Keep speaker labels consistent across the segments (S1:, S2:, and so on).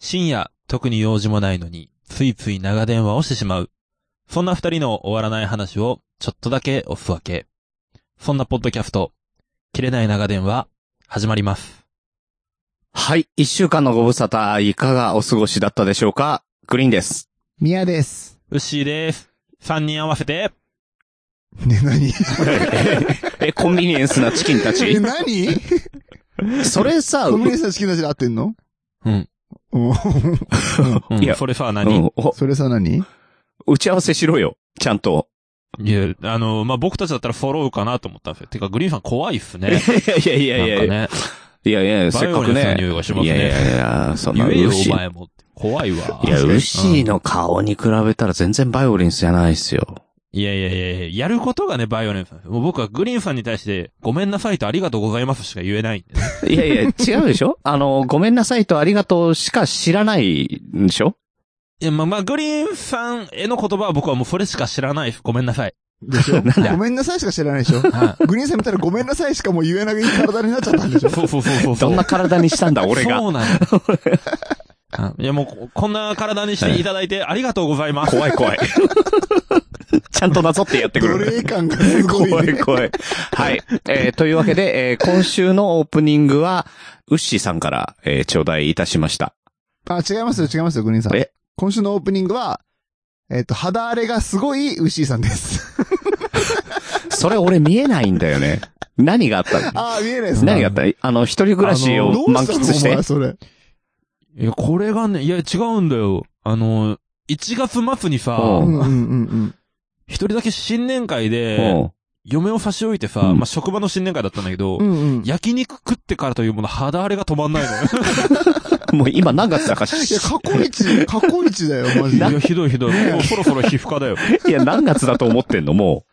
S1: 深夜、特に用事もないのに、ついつい長電話をしてしまう。そんな二人の終わらない話を、ちょっとだけおすわけ。そんなポッドキャスト、切れない長電話、始まります。
S2: はい。一週間のご無沙汰、いかがお過ごしだったでしょうかグリー ンです。
S3: 宮 です。
S1: うっしーです。三人合わせて、
S3: ね、何
S2: え、コンビニエンスなチキンた
S3: え、
S2: ち
S3: 何
S2: それさ、
S3: コ
S2: う
S3: ンビニエンスのチキンたちで合って んの
S1: うん。
S3: うん
S1: うん、
S2: いや
S1: それさ、
S2: う
S1: 何、
S2: んお
S3: それさ何
S2: 打ち合わせしろよ。ちゃん と。
S1: いや、あの、まあ、僕たちだったら揃うかなと思ったんですよ。てか、グリーンさん怖いっすね。
S2: いやいやいやいや、
S1: なんか
S2: いやいや、せっかく
S1: バイオレンスの
S2: ね。
S1: 匂いがしますね
S2: いやいやいや、そんな
S1: ね。言えよ、
S2: 牛
S1: お前も。怖いわ。
S2: いや、ウッシーの顔に比べたら全然バイオレンスじゃないです よ。
S1: いやいやいやいや、やることがね、バイオレンスなんですよもう僕はグリーンさんに対して、ごめんなさいとありがとうございますしか言えないんで、ね。
S2: いやいや、違うでしょあの、ごめんなさいとありがとうしか知らないんでしょ
S1: いや、まあ、まあ、グリーンさんへの言葉は僕はもうそれしか知らないです。ごめんなさい。
S3: でし
S2: な
S3: ょ
S2: んだ
S3: ごめんなさいしか知らないでしょ
S1: は
S3: グリーンさん見たらごめんなさいしかもう言えない体になっちゃったんでし
S1: そ
S3: ょ
S1: うそうそうそうそ
S2: ど
S1: う。
S2: んな体にしたんだ、俺が。
S1: そうなの。あいや、もうこ、こんな体にしていただいてありがとうございます。
S2: 怖 い怖い。ちゃんとなぞってやってく
S3: 奴
S2: る。
S3: 隷感がすご い、ね。
S2: 怖い怖い。はい。えーというわけで、えー今週のオープニングは、ウッシーさんから、えー頂戴いたしました。
S3: あ、違いますよ、違いますよ、グリーンさん。
S2: え
S3: 今週のオープニングは、えっ、と、肌荒れがすごい、ウッシーさん です。
S2: それ俺見えないんだよね。何があったの
S3: あー、見えないです
S2: 何があったのあの、一人暮らし
S1: あ
S2: を
S3: どう
S2: 満
S3: した
S2: 喫
S3: の
S2: し
S3: お
S2: て
S3: 前。それ。
S1: いや、これがね、いや、違うんだよ。あの、1月末にさ、
S2: う
S3: う
S2: ん
S3: んうんうん
S1: 一人だけ新年会で、
S2: う
S1: 嫁を差し置いてさ、
S2: うん
S1: まあ、職場の新年会だったんだけど、
S3: うん。うんうん。い
S1: 焼肉食ってからというもの肌荒れが止まんないのよ。
S2: ん。もう今何月だか
S3: や、
S2: し、
S3: 過去一、過去一だよ、マジ
S1: い
S3: で
S1: や、。ひどいひどい。もうそろそろ皮膚科だよ。
S2: いや、何月だと思ってんのも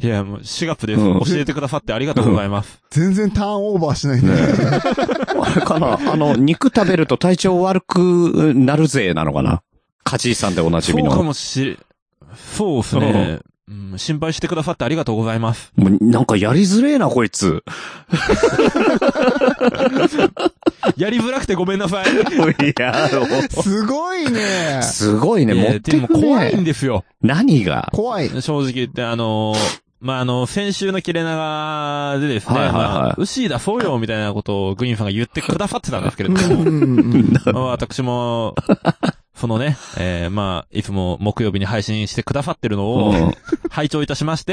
S1: いや、もう4月です。
S2: うん
S1: 教えてくださってありがとうございます。
S3: 全然ターンオーバー しないね。
S2: う。あれかなあの、肉食べると体調悪くなるぜ、なのかなカジーさんでおなじ
S1: そ
S2: み
S1: う
S2: の。
S1: か
S2: も
S1: もしれ、そうですね。うん、心配してくださってありがとうございます。
S2: うなんかやりづれえな、こいつ。
S1: やりづらくてごめんなさい。
S2: いや、
S3: すごいね。
S2: すごいね、持っ
S1: い
S2: て
S1: やでも
S2: く
S1: 怖いん
S2: ね。
S1: ですよ。
S2: 何が
S3: 怖い。
S1: 正直言って、あのーまあ、あの、先週の切れ長でですね、
S2: はいはいはい
S1: まあ、牛だそうよみたいなことをグリーンさんが言ってくださってたんですけれ
S3: う
S1: ど
S3: ん
S1: も
S3: う、んうん
S1: まあ、私も、そのね、えーまあ、いつも木曜日に配信してくださってるのを、
S2: うん
S1: 拝聴いたしま して、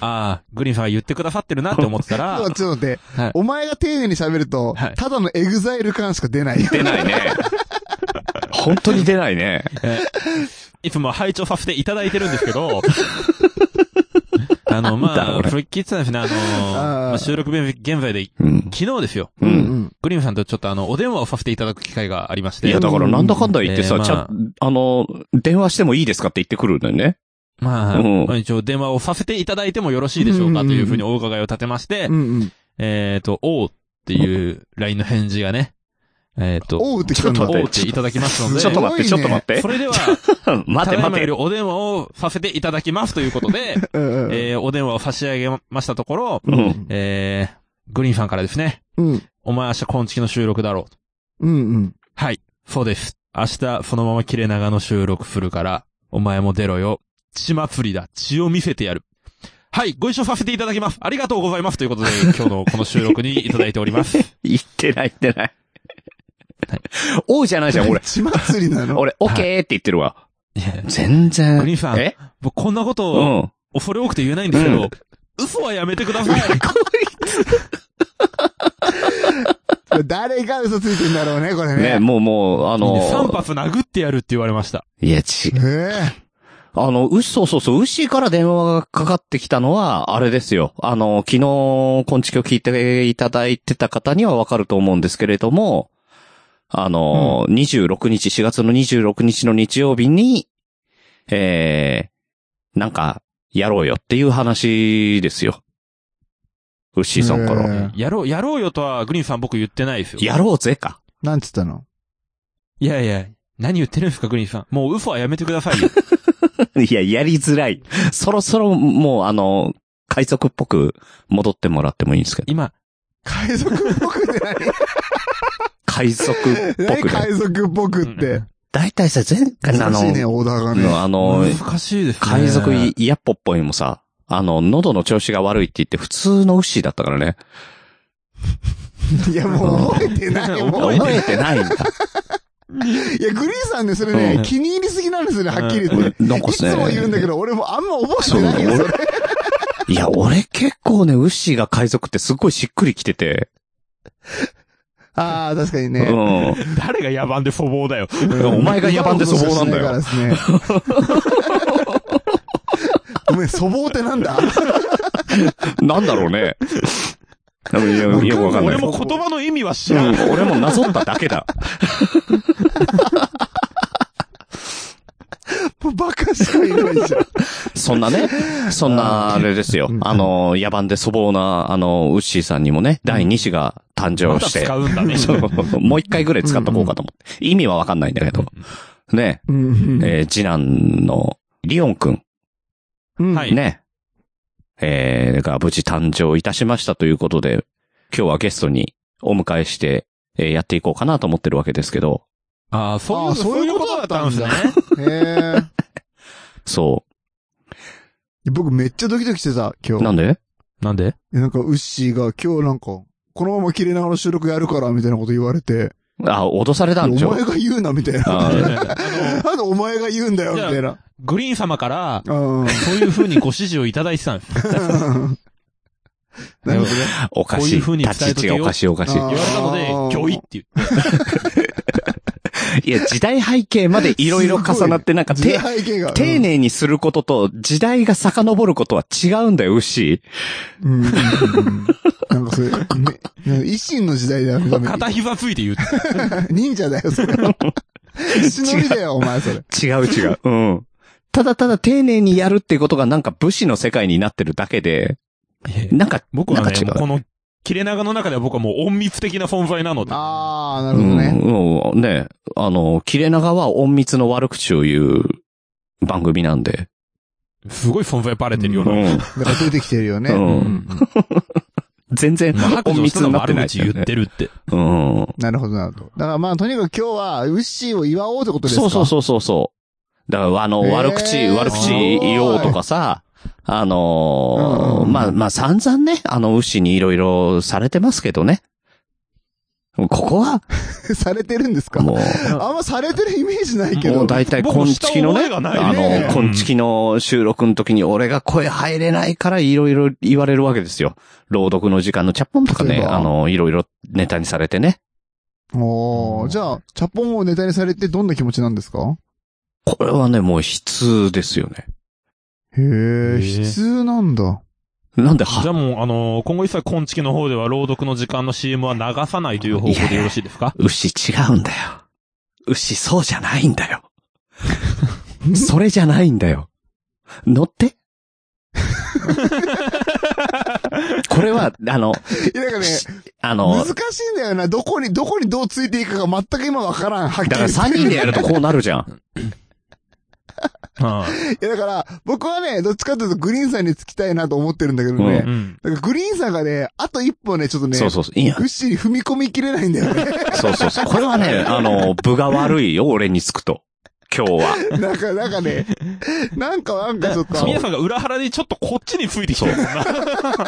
S1: ああ、グリーンさんが言ってくださってるなって思ってたら
S3: ちょっ、とちょっと待って、
S1: はい
S3: お前が丁寧に喋ると、
S1: はい
S3: ただのエグザイル感しか出ないよ。
S2: 出ないね。 本当に出ないね。
S1: えーいつも拝聴させていただいてるんですけ ど、あの、ま
S2: なんだこ
S1: あ、
S2: れ
S1: それ聞いてたんですね、あのー
S3: あー
S1: まあ収録日現在で、
S2: うん。
S1: 昨日ですよ。
S2: う。
S3: うんん
S1: グリーンさんとちょっとあの、お電話をさせていただく機会がありまし
S2: い
S1: て
S2: や、、だからなんだかんだ言って
S1: え
S2: さ、
S1: ー
S2: ちゃん、あの、電話してもいいですかって言ってくるんだよね。
S1: まあ、
S2: うん
S1: まあ一応電話をさせていただいてもよろしいでしょうか
S3: うん
S1: と
S3: うんうん
S1: いうふうにお伺いを立てまして
S3: う、んうん。
S1: えっと、おうっていう LIne の返事がね、えっと、おう
S3: おうって来たんだ。
S2: ちょっと待
S1: っていただきますので、
S2: ちょっと待って、ち
S3: す
S2: ょ
S3: ごいね
S2: っと待って
S1: そ。れでは、
S2: 待
S1: ただい
S2: て
S1: ま
S2: 待
S1: より
S2: て。
S1: お電話をさせていただきますということで、
S3: うんうん
S1: えー、お電話を差し上げましたところ、
S2: うん。
S1: えー、グリーンさんからですね、
S3: うん。
S1: お前明日今月の収録だろう。
S3: うんうん。
S1: はい、そうです。明日そのまま切れ長の収録するから、お前も出ろよ。血祭りだ。血を見せてやる。はい、ご一緒させていただきます。ありがとうございます。ということで、今日のこの収録にいただいており ます。
S2: 言ってない、言ってない。おうじゃないじゃん、俺。
S3: 血祭りなの。
S2: 俺、オッケーって言ってるわ。
S1: いや
S2: 全然。
S1: グリーンさん
S2: え
S1: 僕こんなこ
S2: う
S1: とを
S2: ん。
S1: 恐れ多くて言えないんですけど、
S2: うん
S1: 嘘はやめてください。
S3: 誰が嘘ついてんだろうね、これ
S2: ね、
S3: ね。
S2: もうもう、あの、
S1: 3発殴ってやるって言われました。
S2: いや、ち、
S3: え
S2: あの、うっそうそうそう、うっしーから電話がかかってきたのは、あれですよ。あの、昨日、こんちきを聞いていただいてた方にはわかると思うんですけれども、あの、26日、4月の26日の日曜日に、えー、なんか、やろうよっていう話ですよ。うっしーさんから。
S3: ねうん
S1: やろう、やろうよとは、グリーンさん僕言ってないですよ。
S2: やろうぜか。
S3: えなんつったの
S1: いやいや、何言ってるんですか、グリーンさん。もう嘘はやめてください よ。
S2: いや、やりづらい。そろそろ、もう、あの、海賊っぽく戻ってもらってもいいんですけど。
S1: 今、
S3: 海賊っぽくて何
S2: 海賊っぽ
S3: 何
S2: くね。
S3: 海賊っぽくって。
S2: だいたいさ、前回のあ
S3: 難しいね、
S2: の、
S3: オーダーがね。
S2: のあの、
S1: 難しいですね。
S2: 海賊いやっぽっぽいもさ、あの、喉の調子が悪いって言って普通の牛だったからね。
S3: いや、もう覚えてない。も
S1: 覚
S3: う
S1: え
S3: いや、グ
S1: て
S2: 覚えてないんだ。
S3: リーンさんね、それね
S1: う、ん
S3: 気に入りすぎなんですよね、はっきり言って。
S2: なん
S3: い
S2: か
S3: つも言うんだけ
S2: ね。
S3: ど、俺もあんま覚え
S2: そう
S3: てないよ、それ。
S2: いや、俺結構ね、牛が海賊ってすごいしっくりきてて。
S3: ああ、確かに
S2: う
S3: ね。
S2: ん。
S1: 誰が野蛮で粗暴 だよ。
S2: やお前が野蛮で粗暴なんだよ
S3: よ。ごめん、粗暴ってなんだ
S2: なんだろうね。よよくわかんない。
S1: 俺も言葉の意味は知らん。
S2: うん、俺もなぞっただけだ。
S3: もうバカしかいないじゃん。
S2: そんなね、そんな、あれですよ
S3: う。ん
S2: あの、野蛮で粗暴な、あの、ウッシーさんにもね、第2子が誕
S1: ま
S2: 生
S1: だ
S2: して
S1: 使、うんだね。
S2: そうもう一回ぐらい使っとこうかと思って。意味はわかんないんだけど。ね、
S3: うん
S2: えー次男のリオンくん、
S3: うん
S1: はい
S2: ね、えーが無事誕生いたしましたということで、今日はゲストにお迎えして、えーやっていこうかなと思ってるわけですけど、
S1: ああ、そういう、
S3: あー
S1: そういうことだったんですね。
S3: え
S2: そ
S3: え。僕めっちゃドキドキしてた、今
S2: う。な
S3: 日。
S2: んで
S1: なん で
S3: えなんか、ウッシーが今日なんか、このまま切れながら収録やるから、みたいなこと言われて、
S2: あ、脅された
S3: お
S2: んちょ
S3: 前。が言うな、みたいな。
S2: あー
S3: なんでお前が言うんだよ、みたいな。
S1: グリーン様から、
S3: うん。
S1: そういう風にご指示をいただいてたんです。
S3: なるほどね。
S2: おか
S1: こう
S2: し
S1: い
S2: い。
S1: う風に伝
S2: 立
S1: え
S2: ち位
S1: とけ
S2: 置
S1: よ
S2: がおかしいおかしい
S3: あ。
S1: 言われたので、
S3: あー
S1: 今日いって言
S2: いや、時代背景までいろいろ重なって、なんか、
S3: 時
S2: て、
S3: 代背景が。
S2: 丁寧にすることと、時代が遡ることは違うんだよ、牛。
S3: うん。うんうんなんかそれ、ね、なんか維新の時代だよ、
S1: う。片膝ついて言う。
S3: 忍者だよ、 それ。忍びだよ、お前、それ。
S2: 違う違 う。うん。ただただ丁寧にやるっていうことがなんか武士の世界になってるだけで、なんか、
S1: 僕は
S2: なんか
S1: ね、
S2: 違う
S1: もうこの、切れ長の中では僕はもう隠密的な存在なので。
S3: あー、な
S2: う
S3: るほ
S2: ん、
S3: どね。
S2: うん、ね、あの、切れ長は隠密の悪口を言う番組なんで。
S1: すごい存在バレてるよう
S2: う
S1: な。
S2: ん。
S3: だから出てきてるよね。
S2: うん
S1: うん
S2: 全然
S1: まあ白
S2: 隠
S1: 状した
S2: 密
S1: の
S2: に
S1: も
S2: なって
S1: 悪
S2: ない、
S1: 口言ってるって。
S2: うん。
S3: なるほど、なるほど。だからまあ、とにかく今日は、ウッシーを祝おうってことですか
S2: そうそうそうそうそう。だから、あの、
S3: へー
S2: 悪口、悪口言おうとかさ、あのー
S3: うん
S2: まあ、まあ、散々ね、あの、牛にいろいろされてますけどね。ここは、
S3: う。 されてるんですか
S2: もう、
S3: あんまされてるイメージないけ
S2: も
S3: ど
S2: う。大体、こんちきの
S1: 僕もした覚え
S2: ね、
S1: がない
S2: あ
S3: ね
S2: の、こんちきの収録の時に俺が声入れないからいろいろ言われるわけですよ。朗読の時間のチャッポンとか
S3: そうい
S2: ね
S3: え、ば
S2: あの、いろいろネタにされてね。
S3: おー、じゃあ、チャポンをネタにされてどんな気持ちなんですか
S2: これはね、もう悲痛ですよね。
S3: へー、
S1: へー
S3: 悲痛な んだ。
S2: なんで、
S1: じゃ
S2: は、
S1: あもう、あのー今後一切、昆虫の方では朗読の時間の CM は流さないという方向でよろしいですか
S2: 牛違うんだよ。牛そうじゃないんだよ。それじゃないんだよ。乗って。これは、あの、
S3: いや、だからね、
S2: あの
S3: 難、しいんだよな。どこに、どこにどうついていいかが全く今わからん。はっきり
S2: だから
S3: 言って
S2: 3人でや るとこうなるじゃん。
S1: う
S3: いや、だから、僕はね、どっちかというとグリーンさんにつきたいなと思ってるんだけど
S2: うん
S3: ね。
S1: ん。うん。
S3: だからグリーンさんがね、あと一歩ね、ちょっとね、
S2: そうそうそう。いいや
S3: う。っしり踏み込みきれないんだよね。
S2: そうそうそう。これは ね、あの、部が悪いよ、俺につくと。今日は。
S3: なんか、なんかね、なんか、なんかちょっと、
S1: 皆さんが裏腹にちょっとこっちについてきてるもんな。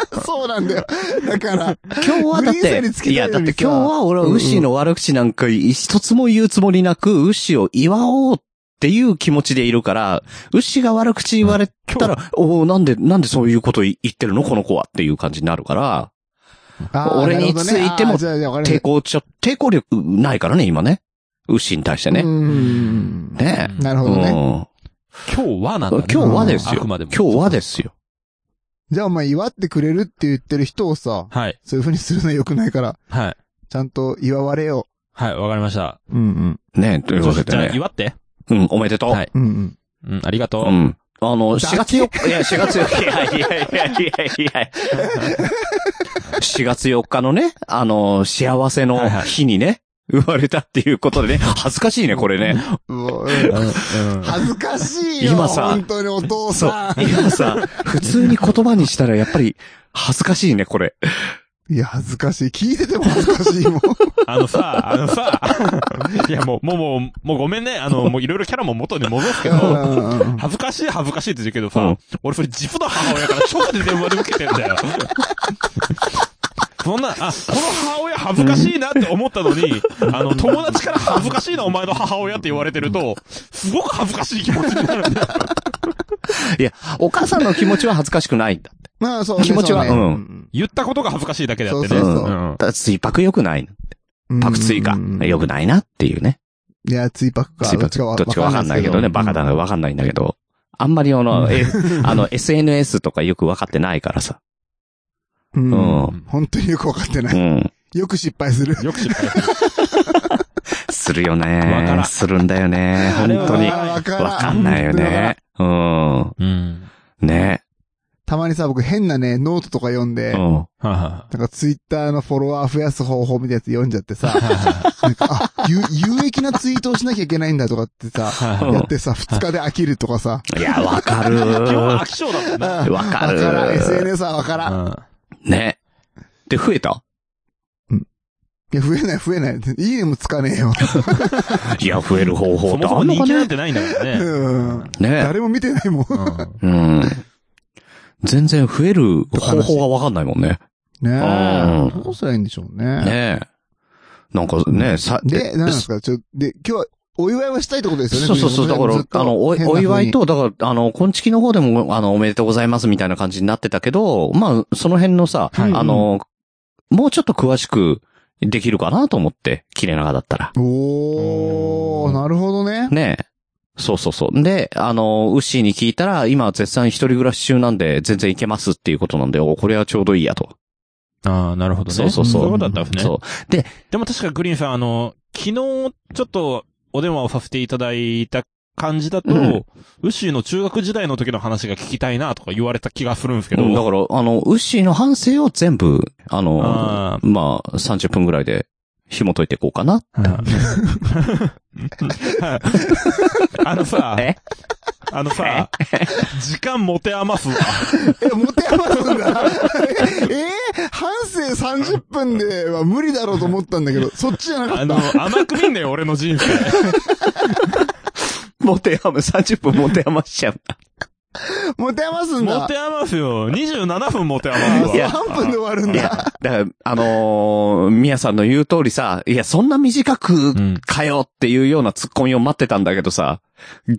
S3: そうなんだよ。だから、
S2: 今日はだっ
S3: グリーンさんにつ
S2: て、
S3: け
S2: い
S3: たいの
S2: や、
S3: に
S2: だ
S3: さ
S2: って今日は俺はウッシーの悪口なんか一つも言うつもりなく、ウッシーを祝おうっていう気持ちでいるから、ウッシーが悪口言われたら、おおなんで、なんでそういうこと言ってるのこの子はっていう感じになるから、
S3: あー
S2: 俺についても
S3: なるほどねあーじゃあじゃあわかりま
S2: 抵
S3: した
S2: 抗ちょ、抵抗力ないからね、今ね。ウッシーに対して
S3: う
S2: ね。
S3: ん
S2: ねえ。
S3: なる
S2: う
S3: ほどね。
S2: ん。
S1: 今日はなんだ、
S2: 今
S1: ね、
S2: 日はです
S1: あ
S2: よ。
S1: くまで
S2: 今
S1: も。
S2: 日はですよ。
S3: じゃあ、お前祝ってくれるって言ってる人をさ、
S1: はい。
S3: そういう風にするのは良くないから、
S1: はい。
S3: ちゃんと祝われよ
S1: はい、わかりました。
S3: う。うんうん。
S2: ねえ、というわけ
S1: じ
S2: で
S1: ゃあ、
S2: ね。
S1: 祝って。
S2: うん、おめでとう。
S1: はい。
S3: うんうん。
S1: うん、ありがとう。
S2: うん。あの、
S3: だ
S2: 4月4日、いや、4月4日、いやいやいやいやいや4月4日のね、あの、幸せの日にね、生まれたっていうことでね、恥ずかしいね、これね。
S3: うお
S1: うん
S3: うん
S1: うん
S3: 恥ずかしいよ。
S2: 今さ
S3: 本当にお父
S2: そう
S3: さん。。
S2: 今さ、普通に言葉にしたらやっぱり恥ずかしいね、これ。
S3: いや、恥ずかしい。聞いてても恥ずかし いもん。
S1: あのさ、あのさ、いやもう、もう、もう、もうごめんね。あの、もういろいろキャラも元に戻すけ
S3: う
S1: ど、
S3: んうんうん
S1: 恥ずかしい恥ずかしいって言うけどさ、
S2: うん
S1: 俺それ自負の母親から直で電話で受けてんだよ。 そんな、あ、この母親恥ずかしいなって思ったのに、あの、友達から恥ずかしいなお前の母親って言われてると、すごく恥ずかしい気持ちになるんだよ。
S2: いや、お母さんの気持ちは恥ずかしくないんだ。
S3: まあ、そうね
S2: 気持ちは
S3: そうね
S2: うん
S1: 言ったことが恥ずかしいだけであって
S3: そ
S1: ね。
S3: うそう
S1: う
S3: そうん
S2: だ水白良くない。
S3: うん
S2: パク追加。良くないなっていうね。
S3: いや、追パクか。
S2: 水白
S3: どっちかわ
S2: どっちかわかんないけどね。バカだな、わかんないんだけど。あんまりあの、え、あの、SNS とかよくわかってないからさ。
S3: う。
S2: うんん。
S3: 本当によくわかってな
S2: う
S3: い。
S2: ん。
S3: よく失敗する。
S1: よく知ってる。
S2: するよ
S1: わから
S2: ね
S1: ん。
S2: するんだよね。
S1: あれは
S2: 本当に。わ
S1: わ
S3: わからん。
S2: かんないよ
S3: わからん
S2: ね。うん。
S1: うん。
S2: ね。
S3: たまにさ、僕変なね、ノートとか読ん
S2: う
S3: で、なん
S2: ん。
S1: はは
S3: かツイッターのフォロワー増やす方法みたいなやつ読んじゃってさ、
S1: は
S3: なんか、あ、有有益なツイートをしなきゃいけないんだとかってさ、
S1: は
S2: うん
S3: やってさ、二日で飽きるとかさ、
S2: いや、わかる。
S1: 今日は飽き性だもんな。
S2: わか
S3: わからん、
S2: る。
S3: SNS はわからん。
S2: ね。で、増えた
S3: いや、増えない、増えない。いいねもつかねえよ。
S2: いや、増える方法
S1: そ
S2: って
S1: もそも
S2: あんの
S1: 人
S2: か
S1: 気な
S2: ね
S1: んてないんだからね。
S3: うん。
S2: ね。
S3: 誰も見てないもん。
S1: うん
S2: うん。全然増える方法がわかんないもんね。う
S3: ねえ。
S2: ん
S3: どうすりゃいいんでしょうね。
S2: ねえ。なんかね、さ、
S3: で、なんですか、ちょ、で、今日は、お祝いはしたいってことですよね。
S2: そうそうそう。だ
S3: 藤
S2: か
S3: 本さんずっと
S2: ら、あの、お、
S3: 変な風
S2: お
S3: に
S2: 祝い。と、だから、あの、こんちきの方でも、あの、おめでとうございますみたいな感じになってたけど、まあ、その辺のさ、
S1: はい
S2: あの、もうちょっと詳しくできるかなと思って、切れ長だったら。
S3: おー、なるほ どね。
S2: ねえ。そうそうそう。で、あの、ウッシーに聞いたら、今絶賛一人暮らし中なんで、全然いけますっていうことなんで、お、これはちょうどいいやと。
S1: ああ、なるほどね。
S2: そうそうそ
S1: そ
S2: う
S1: ういうことだったんですね。
S2: そう。
S1: でも確かグリーンさん、あの、昨日、ちょっと、お電話をさせていただいた感じだと、
S2: うん
S1: ウッシーの中学時代の時の話が聞きたいなとか言われた気がするんですけど、
S2: うんだから、あの、ウッシーの反省を全部、あの、
S1: あ
S2: まあ、30分ぐらいで紐解いていこうかな。
S1: はいあのさ、
S2: え
S1: あのさ、時間持て余すわ。
S3: え、持て余すんだ。 ええ半生30分では無理だろうと思ったんだ けど、そっちじゃなか
S1: あ
S3: っ
S1: の、甘く見んねよ、俺の人生。
S2: 持て余、30分持て余しちゃう。
S3: た。持て余すん
S1: 持
S3: だ。
S1: て余すよ。27分持て余
S2: い
S1: す
S2: や
S1: わ。
S3: 半分で終わるん
S2: いや
S3: だ。、
S2: だから、あのー、みやさんの言う通りさ、いや、そんな短く
S1: うん
S2: かよっていうような突っ込みを待ってたんだけどさ、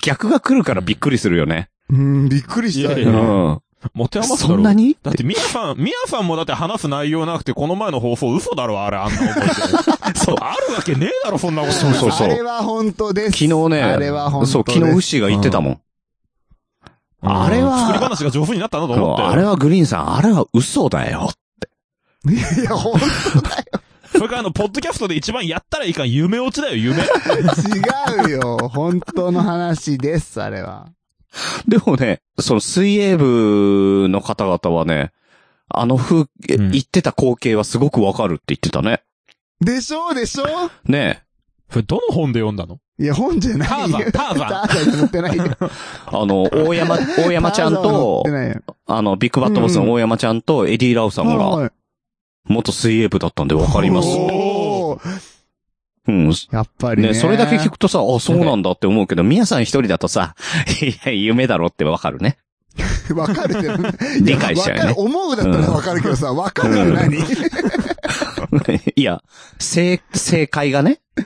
S2: 逆が来るからびっくりするよね。
S3: うん、びっくりした
S1: い
S2: うん。
S1: やい
S3: よ。
S1: 持て余すだろ
S2: そんなに
S1: だって、ミヤさん、ミヤさんもだって話す内容なくて、この前の放送嘘だろ、あれ、あんな覚え て。
S2: そう
S1: あるわけねえだろ、そんなこと。
S2: そうそう
S3: あれは本当です。
S2: 昨日ね、
S3: あれは本当です。
S2: そう、昨日ウッシーが言ってたもん。あれは
S1: 作り話が上手になったなと
S2: そう
S1: 思って。
S2: あれはグリーンさん、あれは嘘だよ。
S3: いや、ほん、
S1: それからあの、ポッドキャストで一番やったらいいかん、夢落ちだよ、夢。
S3: 違うよ。本当の話です、あれは。
S2: でもね、その水泳部の方々はね、あの風景、
S1: うん
S2: 言ってた光景はすごくわかるって言ってたね。
S3: でしょうでしょう
S2: ね
S1: それ、どの本で読んだの
S3: いや、本じゃない
S1: ターザン、
S3: よ。
S1: ターザン。
S3: ターザン乗ってないよ。
S2: あ の、大山、大 山ちゃん
S3: ターザンは乗
S2: と
S3: って、ないよ
S2: あの、ビッグバットボスの大山ちゃんとエディ・ラウさんが、
S3: はい
S2: 元水泳部だったんでわかります。
S3: おー
S2: うん。
S3: やっぱりね。
S2: ね、それだけ 聞くとさ、あ、そうなんだって思うけど、みやさん一人だとさ、 いや、夢だろってわかるね。
S3: わかるけどね。
S2: 理解しちゃうよね
S3: わかる思うだったらわかるけどさ、わかるって何
S2: いや、正、正解がね。
S3: あ
S2: う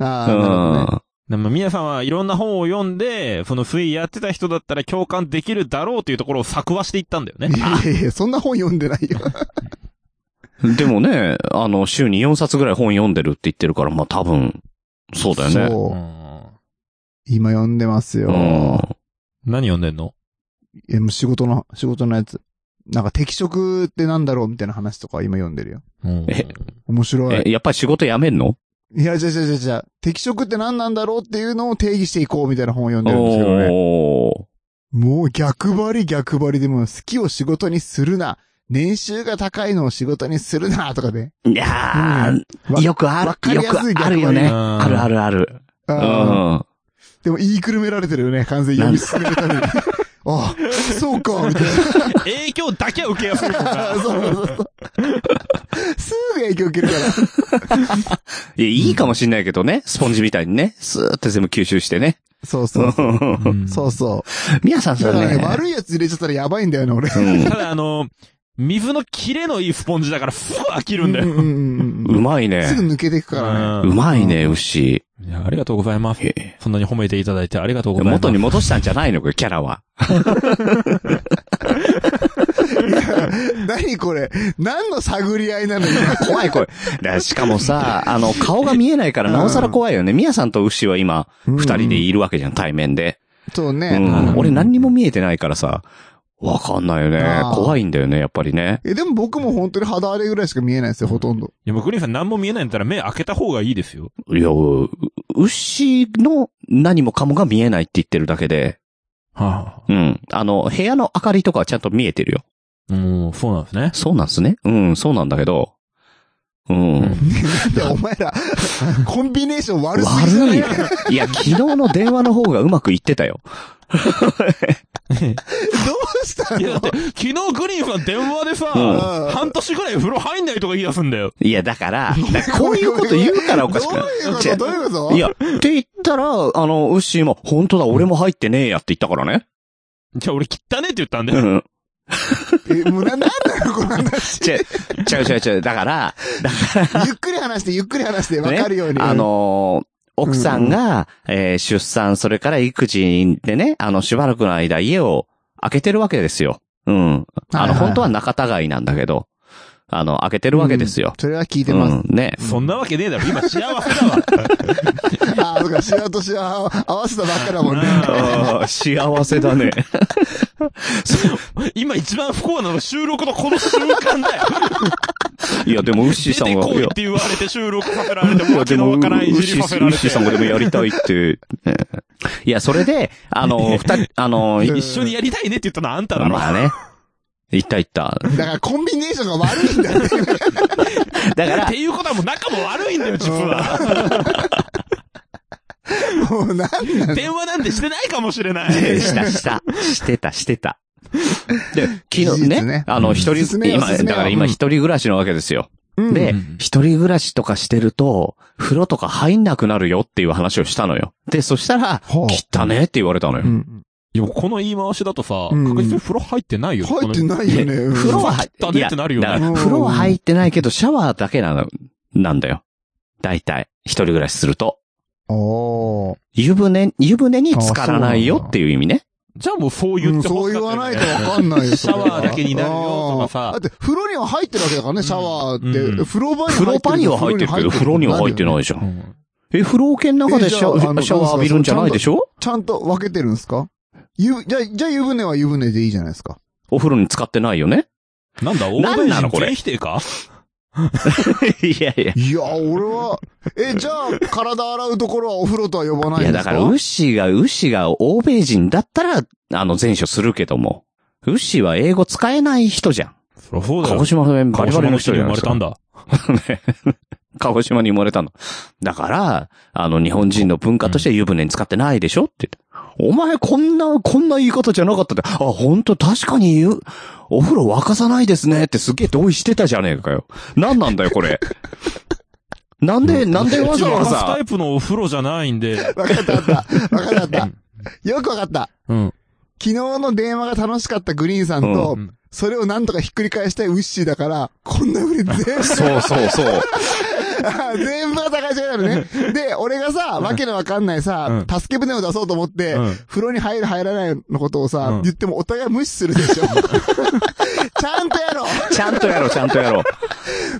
S3: あ、なるほどね
S2: ん。
S1: でも、ミヤさんはいろんな本を読んで、その、不意やってた人だったら共感できるだろうというところを作話していったんだよね。
S3: いやいやいや、そんな本読んでないよ。
S2: でもね、あの、週に4冊ぐらい本読んでるって言ってるから、まあ多分、そうだよね。
S3: そうう。
S1: ん
S3: 今読んでますよ。
S2: うん。
S1: 何読んでんの
S3: いや、もう仕事の、仕事のやつ。なんか、適職ってなんだろうみたいな話とか今読んでるよ。
S1: うん
S2: え
S3: 面白い。
S2: え、やっぱり仕事辞めんの
S3: いや、じゃじゃじゃじゃ適職って何なんだろうっていうのを定義していこうみたいな本を読んでるんですけどね。
S2: おー。
S3: もう逆張り逆張りでも好きを仕事にするな。年収が高いのを仕事にするな、とかで。
S2: いや
S3: うん
S2: ー、
S3: わ
S2: よくあ
S3: わ
S2: る、
S3: かり
S2: よ
S3: やすい
S2: くあるよ
S1: 逆
S2: ね。
S1: にうん
S2: あるあるある。う
S3: あー
S2: ん。
S3: でも言いくるめられてるよね、完全に読み進めるために。あ、そうか、みたいな。
S1: 影響だけは受けやすいとか。
S3: そうそうそうそう。すぐ影響受けるから。
S2: いや、いいかもしんないけどね。スポンジみたいにね。スーって全部吸収してね。
S3: そうそう。そうそう。
S2: みやさんそ
S3: だ
S2: れ
S3: からね、
S2: ね。
S3: 悪いやつ入れちゃったらやばいんだよね、俺。
S2: うん
S1: ただあの、水の切れのいいスポンジだから、ふわ切るんだ
S3: う
S1: よ。
S3: んうんうんうん
S2: うまいね
S3: す。ぐ抜けていくからね。
S2: うまいね、牛。
S1: いや、ありがとうございます。
S2: へえ
S1: そんなに褒めていただいてありがとうございます。
S2: 元に戻したんじゃないのか、キャラは。
S3: 何これ何の探り合いなのよ。
S2: 怖い、怖 い。だしかもさ、あの、顔が見えないから、なおさら怖いよね。みやさんと牛は今、二人でいるわけじゃん、対面で。
S3: そう
S2: う
S3: ね。
S2: ん。俺何にも見えてないからさ、わかんないよね
S3: あ。ー
S2: 怖いんだよね、やっぱりね。
S3: え、でも僕も本当に肌荒れぐらいしか見えないですよ、ほ とんど。
S1: いや、もうグリーンさん何も見えないんだったら目開けた方がいいですよ。
S2: いや、う牛の何もかもが見えないって言ってるだけで、
S1: は
S2: うん。あの、部屋の明かりとかはちゃんと見えてるよ。
S1: あ。うん、そうなんですね。
S2: そうなんすね。うん、そうなんだけど、うん。
S3: で、お前 ら、コンビネーション悪すぎじゃ
S2: 悪
S3: ないい。
S2: いや、昨日の電話の方がうまくいってたよ。
S3: どうした
S1: いや、だ
S3: の
S1: って、昨日グリーンさん電話でさ、
S2: う
S1: 半年ぐらい風呂入んないとか言い出すんだよ。
S2: いや、だから、だからこういうこと言うからおかしく
S3: どう
S2: ない
S3: いうこ
S2: 違
S3: と
S2: う
S3: どういうこと
S2: いや、って言ったら、あの、ウッシーも、本当だ、俺も入ってねえやって言ったからね。
S1: じゃあ俺汚ねえって言ったんだ
S2: う
S1: よ。
S2: ん。
S3: え、もうな、なんだよ、この話。
S2: ちゃ、ちゃうちゃうちゃう。だから、
S3: ゆっくり話して、ゆっくり話して、わかるよう に。
S2: あ、のー奥さんが、えー出産、それから育児でね、あの、しばらくの間家を開けてるわけですよ。うん。あ
S3: はいはい
S2: の、
S3: はい
S2: 本当は仲違いなんだけど、あの、開けてるわけですよ。
S3: それは聞いて
S2: う
S3: ます。
S2: ん、ね。
S1: そんなわけねえだろ。今幸せ だわ。
S3: ああ、そうか、シワとシワを合わせたばっかだもんね。
S2: あー幸せ だね。
S1: 今一番不幸なのは収録のこの瞬間だよ。
S2: いや、でも、ウッシ
S1: 出
S2: ーさん
S1: て
S2: は、
S1: こ
S2: い
S1: いっ
S2: や
S1: て言われて収録させられて、
S2: いや、
S1: わけ
S2: で
S1: の
S2: も、ウ
S1: わからんい
S2: ッ
S1: じ
S2: シ
S1: り
S2: ー
S1: させられて。
S2: さんもでもやりた いって。ねいや、それで、あの、二人、あの、い
S1: 一緒にやりたいねって言ったのはあんただろ。
S2: まあね。言った言った。
S3: だからコンビネーションが悪いんだよね。
S2: だから
S1: っ、ていうことはもう仲も悪いんだよ、自分は。
S3: もうなんなん
S1: 電話なんてしてないかもしれない。
S2: した、した。してた、してた。で、昨
S3: 事
S2: 日
S3: 実
S2: ね、
S3: ね
S2: あの、一人、
S3: 進めよう
S2: 今、
S3: 進めよう
S2: だから今一人暮らしなわけですよ。
S3: うん
S2: で
S1: うん、
S2: 一人暮らしとかしてると、風呂とか入んなくなるよっていう話をしたのよ。で、そしたら、
S3: ほう
S2: 汚ねえって言われたのよ。
S3: うん
S1: いや、この言い回しだとさ、
S3: うん
S1: 確実に風呂入ってないよ。
S3: 入ってないよね。うん
S2: 風呂は入
S1: 汚ねえってなるよね
S2: いやだ
S3: うん
S2: から風呂は入ってないけど、シャワーだけなの、なんだよ。大体、一人暮らしすると。
S3: おー
S2: 湯船、湯船に浸からないよっていう意味ね。
S1: じゃあもうそう
S3: う
S1: 言っ
S3: ん、
S1: て
S3: そ
S1: ほ
S3: う
S1: し
S3: 言
S1: か
S3: わ
S1: ったよね
S3: ないとわかんないよ。それは
S1: シャワーだけになるよとかさ
S3: あーだって、風呂には入ってるわけだからね、シャワーって。
S1: うん
S3: 風呂場に。
S2: 風呂場には入ってるけど、風呂には入ってないいじゃ。
S1: うんん
S2: え、風呂桶の中でシャ
S3: えじゃああの
S2: シャワー浴びるんじゃないでしょ
S3: ちゃんと分けてるんですかゆ、じゃあ、じゃあ湯船は湯船でいいじゃないですか。
S2: お風呂に使ってないよね
S1: なんだ、欧
S2: なん
S1: 米
S2: なのこ
S1: 人
S2: れ
S1: 全否定か
S2: いやいや。
S3: いや、俺は、え、じゃあ、体洗うところはお風呂とは呼ばない
S2: い
S3: ん
S2: や、
S3: で
S2: だ
S3: すか
S2: から、ウッシーが、ウッシーが欧米人だったら、あの、前処するけども。ウッシーは英語使えない人じゃん。
S1: そりゃそうだ
S2: 鹿
S1: よ
S2: 児。島弁バ
S1: 鹿
S2: リ
S1: 児
S2: バ
S1: 島
S2: リの
S1: の人
S2: 人じ
S1: に
S2: ゃ
S1: 生
S2: ない
S1: ま
S2: で
S1: れ
S2: す
S1: たん
S2: か。
S1: だ。
S2: 鹿児島に生まれたの。だから、あの、日本人の文化として湯船に使ってないでしょって。お前、こんな、こんな言い方じゃなかったって。あ、本当確かに湯、お風呂沸かさないですねってすげえ同意してたじゃねえかよ。なんなんだよ、これ。 なんで、なんでわざわ
S1: うちはガスタ
S2: ざ
S1: イ、プのお風呂じゃないんで。
S3: わかったわかった。わかったわかった。よくわかった。
S1: うん。
S3: 昨日の電話が楽しかったグリーンさんと、
S1: うん
S3: それをなんとかひっくり返したいウッシーだから、こんな風に全部、
S2: そうそうそう。
S3: 全部が高い違いなのね。で、俺がさ、わけのわかんないさ、助け舟を出そうと思って、
S1: うん
S3: 風呂に入る入らないのことをさ、
S1: うん
S3: 言ってもお互い無視するで しょ。ちゃんとやろう
S2: ちゃんとやろう、ちゃんとやろう。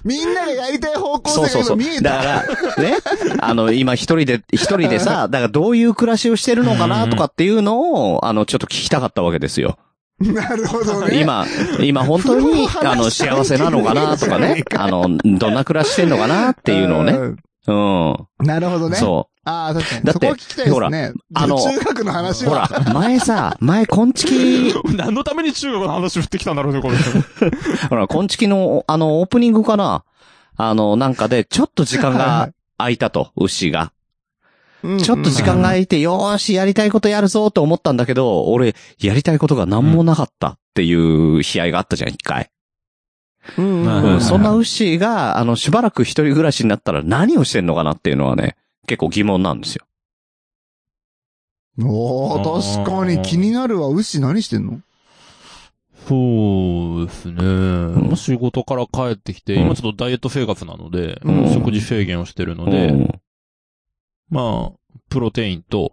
S3: みんながやりたい方向性
S2: そう
S3: が
S2: そうそ
S3: 今
S2: う。
S3: 見え
S2: だ
S3: た。
S2: から、ね、あの、今一人で、一人でさ、だからどういう暮らしをしてるのかなとかっていうのを、あの、ちょっと聞きたかったわけですよ。
S3: なるほど ね。
S2: 今、今本当
S3: 風呂
S2: に
S3: を、話
S2: あの、
S3: したい
S2: 幸せなのかなとか ね、あの、どんな暮らししてんのかなっていうのをね、
S3: ん
S2: う
S3: なるほど
S2: ん。
S3: ね。
S2: そ
S3: ああ、確かに。
S2: だって
S3: そこは聞きたいですね。
S2: あの
S3: 中学の
S2: う。
S3: 話
S2: ほら
S3: は。、
S2: 前さ、前、こんち き、
S1: 何のために中国の話振ってきたんだろうね、これ。
S2: ほら、こんちきの、あの、オープニングかなあの、なんかで、ちょっと時間が空いたと、牛が。ちょっと時間が空いて、よーし、やりたいことやるぞと思ったんだけど、俺、やりたいことが何もなかったっていう悲哀があったじゃん、一回。
S3: うん
S1: まあ
S2: う
S1: は
S2: ん、
S1: い
S2: そんなウッシーが、あの、しばらく一人暮らしになったら何をしてんのかなっていうのはね、結構疑問なんですよ。
S3: おー、確かに気になるわ。牛何してんの
S1: そうですね。まあ仕事から帰ってきて、
S2: うん
S1: 今ちょっとダイエット生活なので、
S3: うん
S1: 食事制限をしてるので、
S2: うん
S1: まあ、プロテインと、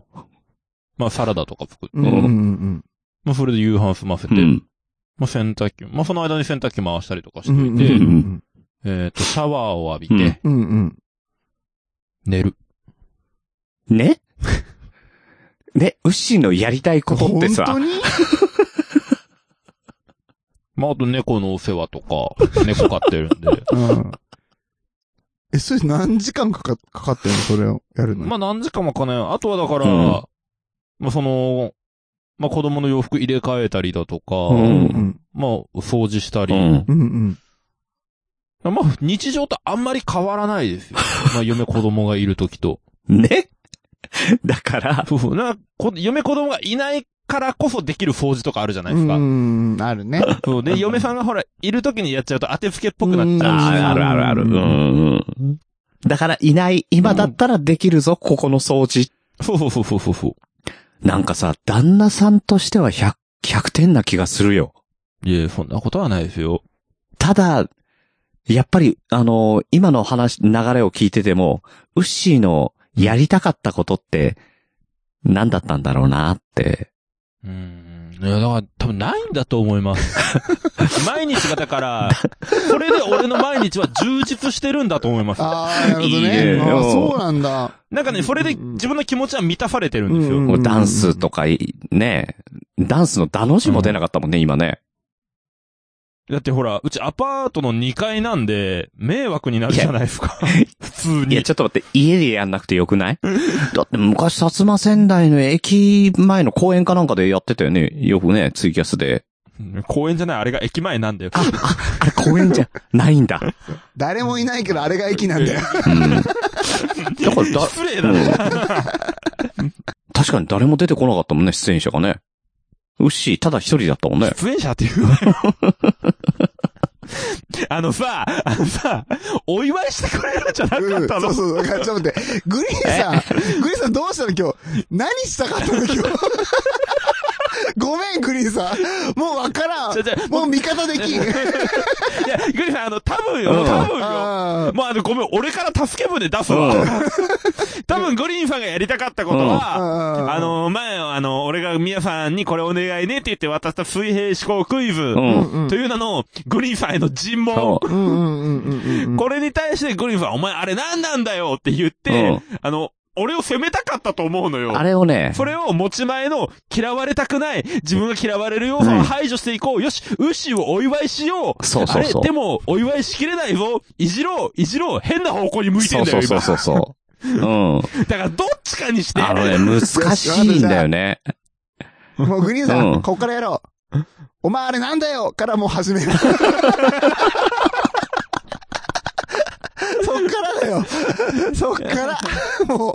S1: まあサラダとか作って、
S3: うんうんうん
S1: まあそれで夕飯済ませて、
S2: うん。
S1: まあ洗濯機、まあその間に洗濯機回したりとかして
S3: う
S1: い
S3: ん。
S1: て、
S3: うんうん
S1: えっ、と、シャワーを浴びて、
S3: うん。うん
S1: 寝る。
S2: ね ね、ウッシーのやりたいことって
S3: 本当
S2: さ、
S3: に
S1: まああと猫のお世話とか、猫飼ってるんで、
S3: うん。 え、それ何時間かか、かかってんのそれをやるのに。
S1: まあ何時間もかね、あとはだから、
S2: うん
S1: まあその、まあ子供の洋服入れ替えたりだとか、
S2: うん
S3: うん。
S1: まあ掃除したり、
S2: うん
S3: うんうん。
S1: まあ日常とあんまり変わらないですよ。まあ嫁子供がいる時と。
S2: ね だから、
S1: 夫婦なこ嫁子供がいないからこそできる掃除とかあるじゃないですか。
S3: うん。あるね。
S1: そうで、嫁さんがほら、いる時にやっちゃうと当てつけっぽくなっち
S3: うん
S1: ゃうし。
S2: ああるあるある。うんうん。だから、いない、今だったらできるぞ、ここの掃除。
S1: そうそうそうそうそうそ
S2: なんかさ、旦那さんとしては100、100点な気がするよ。
S1: う。いえ、そんなことはないですよ。
S2: ただ、やっぱり、あの今の話、流れを聞いてても、ウッシーのやりたかったことって、何だったんだろうなって。
S1: うん。いや、だから多分ないんだと思います。毎日がだから、それで俺の毎日は充実してるんだと思います。
S3: ああ、なるほどね。
S2: いいね
S3: ああ、そうなんだ。
S1: なんかね、それで自分の気持ちは満たされてるんですよ。
S3: うん
S2: もうダンスとかい、ね、ダンスのダの字も出なかったもんね、今ね。
S1: だってほら、うちアパートの2階なんで、迷惑になるじゃないですか。普通
S2: いや、
S1: に。
S2: ちょっと待って、家でやんなくてよくないだって昔、薩摩仙台の駅前の公園かなんかでやってたよね。よくね、ツイキャスで。
S1: 公園じゃない、あれが駅前なんだよ。
S2: あれ公園じゃないんだ。
S3: 誰もいないけど、あれが駅なんだよ。
S2: うん。だからだ、
S1: 失礼
S2: う
S1: だ
S2: ん
S1: ね。
S2: 確かに誰も出てこなかったもんね、出演者がね。うっしー、ただ一人だったもんね。
S1: 出演者っていうわよ。 あのさ、あのさ、お祝いしてくれるんじゃなか
S3: う
S1: っ
S3: ん、
S1: たの、
S3: そうそう、だからちょっと待って。グリーンさん、グリーンさんどうしたの今日。何したかったの今日。ごめん、グリーンさん。もうわから
S1: ちょちょ
S3: ん。もう味方 できん。
S1: いや、グリさん、あの、多分よ、
S2: うん
S1: 多分よ。
S3: あ
S1: もうあの、ごめん、俺から助け舟出すわ。
S2: う
S1: 多分、グリーンさんがやりたかったことは、
S3: うん
S1: あの、前、あの、俺が皆さんにこれお願いねって言って渡した水平思考クイズ、
S2: うん。うん
S3: うん
S1: という名の、グリーンさんへの尋問
S2: そ。
S3: あ。うんうんうんうんうん。
S1: これに対してグリーンさん、お前あれ何なんだよって言って、あの、俺を責めたかったと思うの
S2: う。
S1: よ。
S2: あれをね、
S1: それを持ち前の嫌われたくない、自分が嫌われる要素を排除していこう。よし、ウッシーをお祝いしよう。
S2: そうそうそ
S1: あ
S2: う
S1: れ、でも、お祝いしきれないぞ。いじろう、いじろう。変な方向に向いて
S2: そ
S1: ん
S2: う
S1: だ
S2: そ
S1: よ、
S2: うそう
S1: 今。
S2: そうそう。うん。
S1: だから、どっちかにして。
S2: あのね、難しいんだよね。
S3: もうグリーンさ
S2: うん
S3: ん、こっからやろう。お前あれなんだよからもう始める。 そっからだよ。そっから。もう、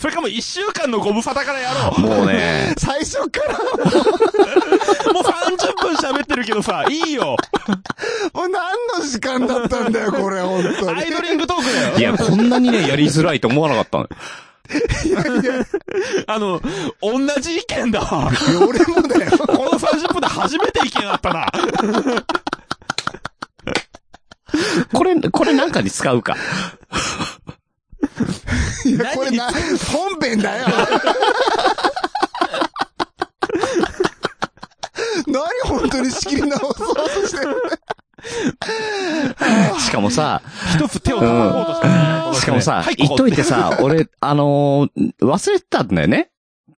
S1: それかもう一週間のゴム沙汰からやろ
S2: もうね、
S3: 最初から、
S1: う。もう30分喋ってるけどさ、いいよ。
S3: もう何の時間だったんだよ、これ、本当に
S1: アイ。ドリングトークだよ。
S2: いや、こんなにね、やりづらいと思わなかったの。
S1: あの、同じ意見だわ。
S3: いや俺もだよ。
S1: この30分で初めて意見あったな。
S2: これ、これなんかに使うか。
S3: いや、これな、本編だよ。 何本当に仕切り直そうとしてる
S2: しかもさ、
S1: 一つ手を叩こうとしたね。
S2: しかもさ
S1: はい、
S2: 言っといてさ、俺、あのー、忘れてたんだよね。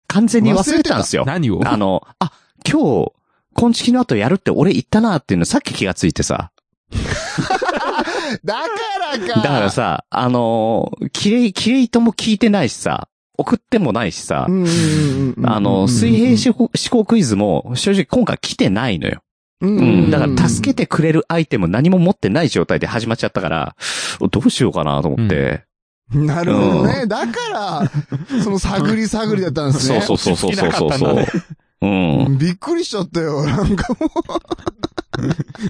S2: 完全に忘れてたんですよ。
S1: 何を
S2: あの、あ、今日、今式の後やるって俺言ったなっていうのさっき気がついてさ。
S3: だからか。
S2: だからさ、あのー、きれい、きれいとも聞いてないしさ、送ってもないしさ
S3: う、んうんうんうん、
S2: あの、水平思考思考クイズも正直今回来てないのよ。
S3: うんうんうん
S2: だから助けてくれるアイテム何も持ってない状態で始まっちゃったから、どうしようかなと思って。
S3: なるほどね。だから、その探り探りだったんです
S2: そう
S3: ね。
S2: そうそうそうそうそ
S1: 好
S2: う
S1: きな
S2: そ
S1: 方
S2: う、
S1: だね
S2: うん。
S3: びっくりしちゃったよ。なんかも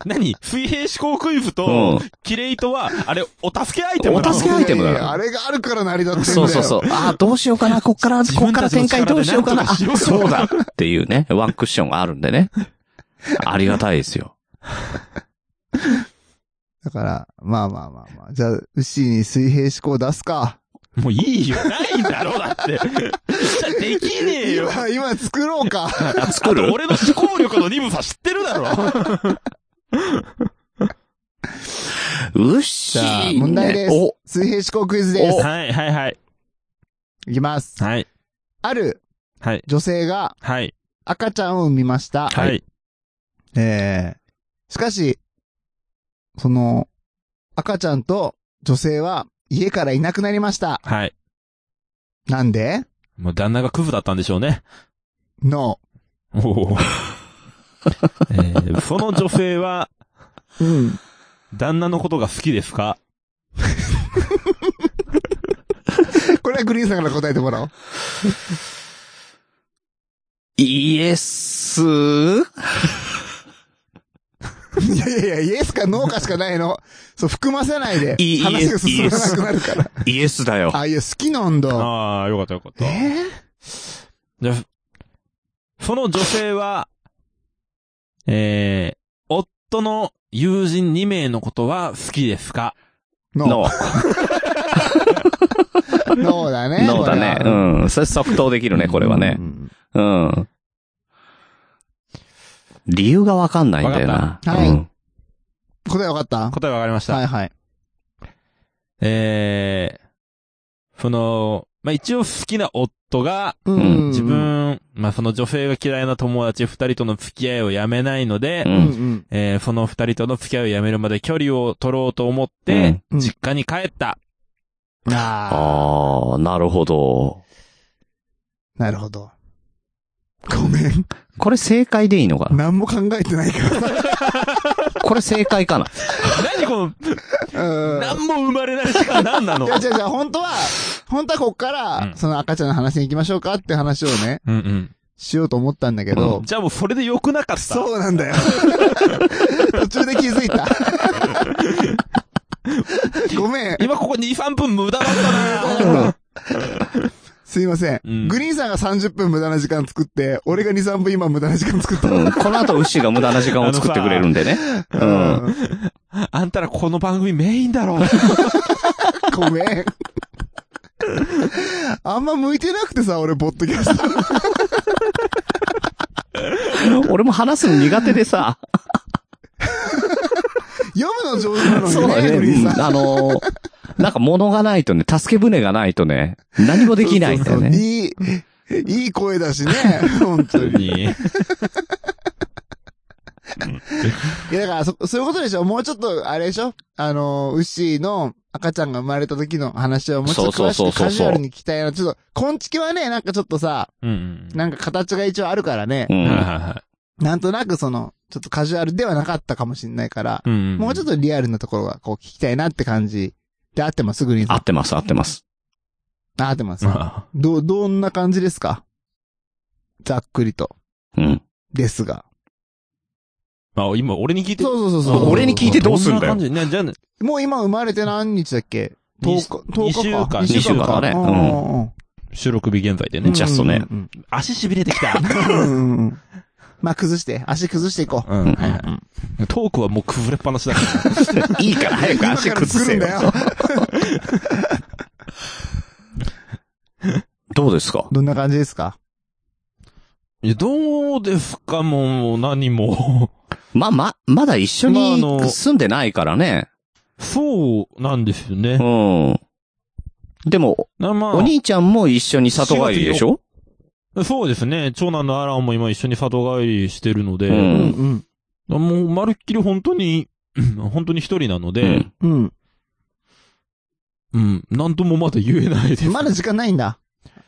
S1: 何水平思考クイズ
S2: う
S1: と
S2: ん、
S1: キレイトは、あれ、お助けアイテムなの
S2: お助けアイテムだ
S3: う。
S2: よ
S3: いやいやあれがあるから成り立ってんだよ。
S2: そうそうそう。ああ、どうしようかな。こっから、
S1: 自
S2: こっ
S1: 分
S2: か
S1: た
S2: ら
S1: ちの
S2: 展開どうしようかな。あ
S1: 力でなんとかしよう
S2: そうだっていうね、ワンクッションがあるんでね。ありがたいですよ。
S3: だから、まあまあまあまあ。じゃあ、ウッシーに水平思考出すか。
S1: もういいよ。ないんだろ、だ って。じゃあできねえよ。
S3: 今、今作ろ うか。
S2: あ作る
S1: 俺の思考力の鈍さ知ってるだろ。
S2: うっし
S3: じゃあ、
S2: ー。
S3: 問題です
S2: お、。
S3: 水平思考クイズで す。
S1: はい、はい、はい。
S3: いきます。
S1: はい、
S3: ある
S1: はい、
S3: 女性が
S1: はい、
S3: 赤ちゃんを産みました。
S1: はい。
S3: えー、しかし、その、赤ちゃんと女性は家からいなくなりました。
S1: はい。
S3: なんで
S1: もう旦那がクズだったんでしょうね。
S3: ?No.
S1: おーえーその女性は、
S3: うん。
S1: 旦那のことが好きですか
S3: これはグリーンさんから答えてもらおう。
S2: イエス
S3: いやいやいや、イエスかノーかしかないの。そう、含ませないで
S2: いい。
S3: 話が進まなくなるから。
S2: イエスだよ。
S3: あ、いや、好きなんだ。
S1: ああ、よかったよかった。
S3: え
S1: じゃあその女性は、えー、夫の友人2名のことは好きですか
S3: ー、ノ
S2: の、
S3: ー。ノーだね。
S2: のだね。
S3: これは
S2: うん。それ即答できるね、これはね
S3: う。ん
S2: うん。理由がわかんないんだよな
S1: わ。
S3: かったはい
S2: うん
S3: 答えわかった
S1: 答えわかりました。
S3: はいはい。
S1: えー、その、まあ、一応好きな夫が、
S3: うんん
S1: 自。分、まあ、その女性が嫌いな友達二人との付き合いをやめないので、
S2: う
S3: うんん
S1: えーその二人との付き合いをやめるまで距離を取ろうと思って、
S3: うん。
S1: 実家に帰った。
S3: うんあ
S2: ああ、なるほど。
S3: あ、なるほど。ごめん。
S2: これ正解でいいのかな
S3: 何も考えてないか
S2: これ正解かな
S1: 何こ
S3: ら。
S1: の、
S3: うん。
S1: 何も生まれない時間何なの
S3: いや、じゃじゃ本当は、本当はこっか
S1: う
S3: ら
S1: ん、
S3: その赤ちゃんの話に行きましょうかって話をね、
S1: うんうん。
S3: しようと思ったんだけど、
S1: じゃあもうそれで良くなかった。
S3: そうな んだよ。途中で気づいた。 ごめん。
S1: 今ここ2、3分無駄だったな
S3: すいません,、
S1: うん
S3: グリーンさんが30分無駄な時間作って、俺が2、3分今無駄な時間作った。
S2: うん。この後、牛が無駄な時間を作ってくれるんでね。うん。
S3: うん。
S1: あんたらこの番組メインだろ。
S3: ごめ ん。あんま向いてなくてさ、俺、ポッドキャスト。
S2: 俺も話すの苦手でさ。
S3: 読むの上手なの
S2: そう
S3: に
S2: だ
S3: ね、
S2: ね。
S3: グリーン
S2: う
S3: さん。
S2: んあのー、なんか物がないとね、助け舟がないとね、何もできないんだよね。
S3: そうそういい、いい声だしね、本当に。
S1: に。
S3: いや、だから、そ、そういうことでしょもうちょっと、あれでしょあのー、ウッシーの赤ちゃんが生まれた時の話をもうちょっと詳
S2: そうそう
S3: しく
S2: そうそう
S3: カジュアルに聞きたいな。ちょっと、こんちきはね、なんかちょっとさ、
S1: うんうん。
S3: なんか形が一応あるからね
S2: う、
S1: はい
S2: ん。
S1: はいは
S3: なんとなくその、ちょっとカジュアルではなかったかもしれないから、
S1: い。んん
S3: もうちょっとリアルなところがこう聞きたいなって感じで合ってます、グリーンさ
S2: 合
S3: ん。
S2: ってます、合ってます。
S3: あ、合ってます。
S1: あ
S3: どう、どんな感じですかざっくりと。
S2: うん。
S3: ですが。
S1: まあ今俺に聞いて。
S3: そうそうそう
S2: あ
S3: そう。
S2: 俺に聞いてどうすんだよ
S1: どな感じねじゃあね
S3: もう今生まれて何日だっけ
S1: に
S3: ?10 日、10日か。
S1: 二
S2: 週間二週間だね
S3: うんうんうん
S1: 収録日現在で
S3: う
S1: ね
S3: ん。
S2: ジャストね。
S3: うん
S1: 足痺れてきた。
S3: うんうんうんうんまあ、崩して、足崩していこう。
S1: うん。はいは
S2: うん
S1: い。トークはもう崩れっぱなしだから。
S2: いいから早く足崩せよ
S3: 今。から作るんだよ。
S2: どうですか
S3: どんな感じですか
S1: いやどうですかもう何も。
S2: ま、ま、まだ一緒
S1: まああ
S2: に
S1: の
S2: 住んでないからね。
S1: そうなんですよ
S2: う
S1: ね。
S2: ん。でも、
S1: なまあ
S2: お兄ちゃんも一緒に里帰りでしょ
S1: そうですね。長男のアランも今一緒に里帰りしてるので、
S2: う
S3: うんん
S1: もうまるっきり本当に、うん本当に一人なの
S2: う
S1: で、
S2: ん。
S3: うん。う
S1: う
S3: ん。
S1: ん、なんともまだ言えないです。
S3: まだ時間ないんだ。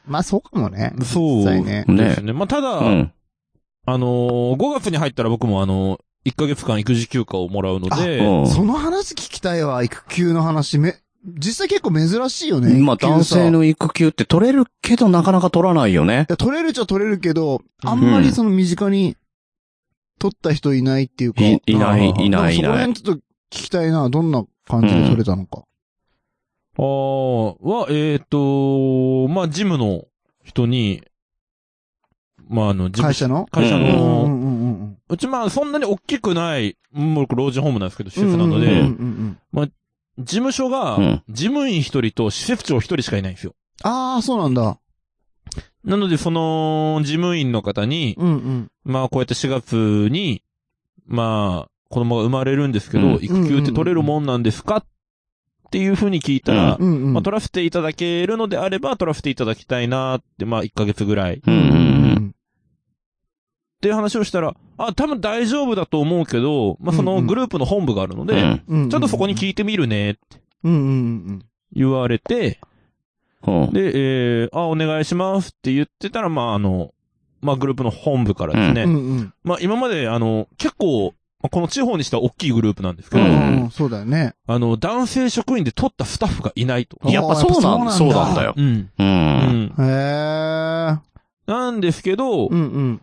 S3: まあ、そうかもね。
S1: そう
S3: 実
S1: です
S3: 際
S1: ね
S3: ね。
S1: まあ、ただ、
S2: うん。
S1: あのー、5月に入ったら僕もあのー、1ヶ月間育児休暇をもらうので、
S2: うん
S3: その話聞きたいわ、育休の話。め、実際結構珍しいよね。
S2: まあ
S3: 育休さ
S2: 男性の育休って取れるけどなかなか取らないよね
S3: い。や取れるっちゃ取れるけど、あんまりその身近に取った人いないっていうか。
S2: いいない
S3: あー
S2: いないい
S3: だから
S2: ない
S3: そこら辺ちょっと聞きたいな。どんな感じで取れたのか。
S1: あーは、えっ、と、まあ、ジムの人に、まあ、あの、ジム
S3: 会社の
S1: 会社
S3: うんう
S1: の、
S3: んうんうん
S1: うちまあ、そんなに大きくない、もう僕老人ホームなんですけど、施
S3: うん
S1: 設なので、
S3: うんうんうんうん
S1: 事務所が
S2: うん、
S1: 事務員一人と施設長一人しかいないんですよ。
S3: ああ、そうなんだ。
S1: なので、その、事務員の方に、
S3: うんうん。
S1: まあ、こうやって4月に、まあ、子供が生まれるんですけど、
S2: うん
S1: 育休って取れるもんなんですかっていうふうに聞いたら、
S3: うんうん。
S1: まあ、取らせていただけるのであれば、取らせていただきたいなって、まあ、1ヶ月ぐらい。っ
S2: うんうん
S1: ていう話をしたら、あ、多分大丈夫だと思うけど、まあ、そ
S3: うんう
S1: の
S3: ん
S1: グループの本部があるの
S2: うん。う
S1: で、
S2: ん
S3: うんうん
S1: ちょっとそこに聞いてみるね、
S3: うんうんうん
S1: 言われて、
S2: うん。
S1: で、えー、あ、お願いしますって言ってたら、まあ、あの、まあ、グループの本部からですね、
S3: うん。うんうん。
S1: まあ、今まで、あの、結構、まあこの地方にした大きいグループなんですけ
S3: う
S1: ど、
S3: んうんそうだよね。
S1: あの、男性職員で取ったスタッフがいないと。
S2: やっぱそうなん
S3: あー
S2: そうなんだよ。。
S1: うん。
S2: う。
S1: うんん。
S3: へえ。
S1: なんですけど、
S3: うんうん。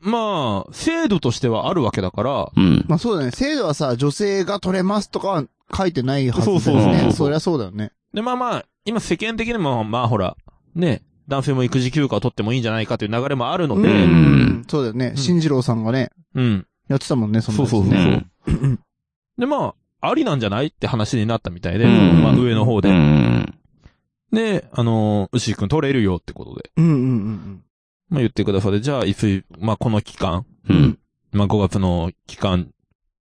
S1: まあ、制度としてはあるわけだから、
S2: うん。
S3: まあそうだね。制度はさ、女性が取れますとかは書いてないはずだよね。
S1: そう
S2: そうそうそう
S3: りゃそうだよね。
S1: で、まあまあ、今世間的にも、まあほら、ね、男性も育児休暇を取ってもいいんじゃないかという流れもあるの
S3: うん
S1: で、
S3: う
S1: うんん。
S3: うん。そうだよね。
S1: ん
S3: 新次郎さんがね、やってたもんね、その時ね
S1: そうそう
S2: う
S1: そ
S2: ん。
S1: で、まあ、ありなんじゃないって話になったみたいで、
S2: うん
S1: まあ上の方
S2: う
S1: で。
S2: ん。
S1: で、あのー、牛井くん取れるよってことで、
S3: うんうんうん
S1: まあ言ってくださって、じゃあ、いつ、まあこの期間、
S2: う
S3: うんん。。
S1: まあ5月の期間、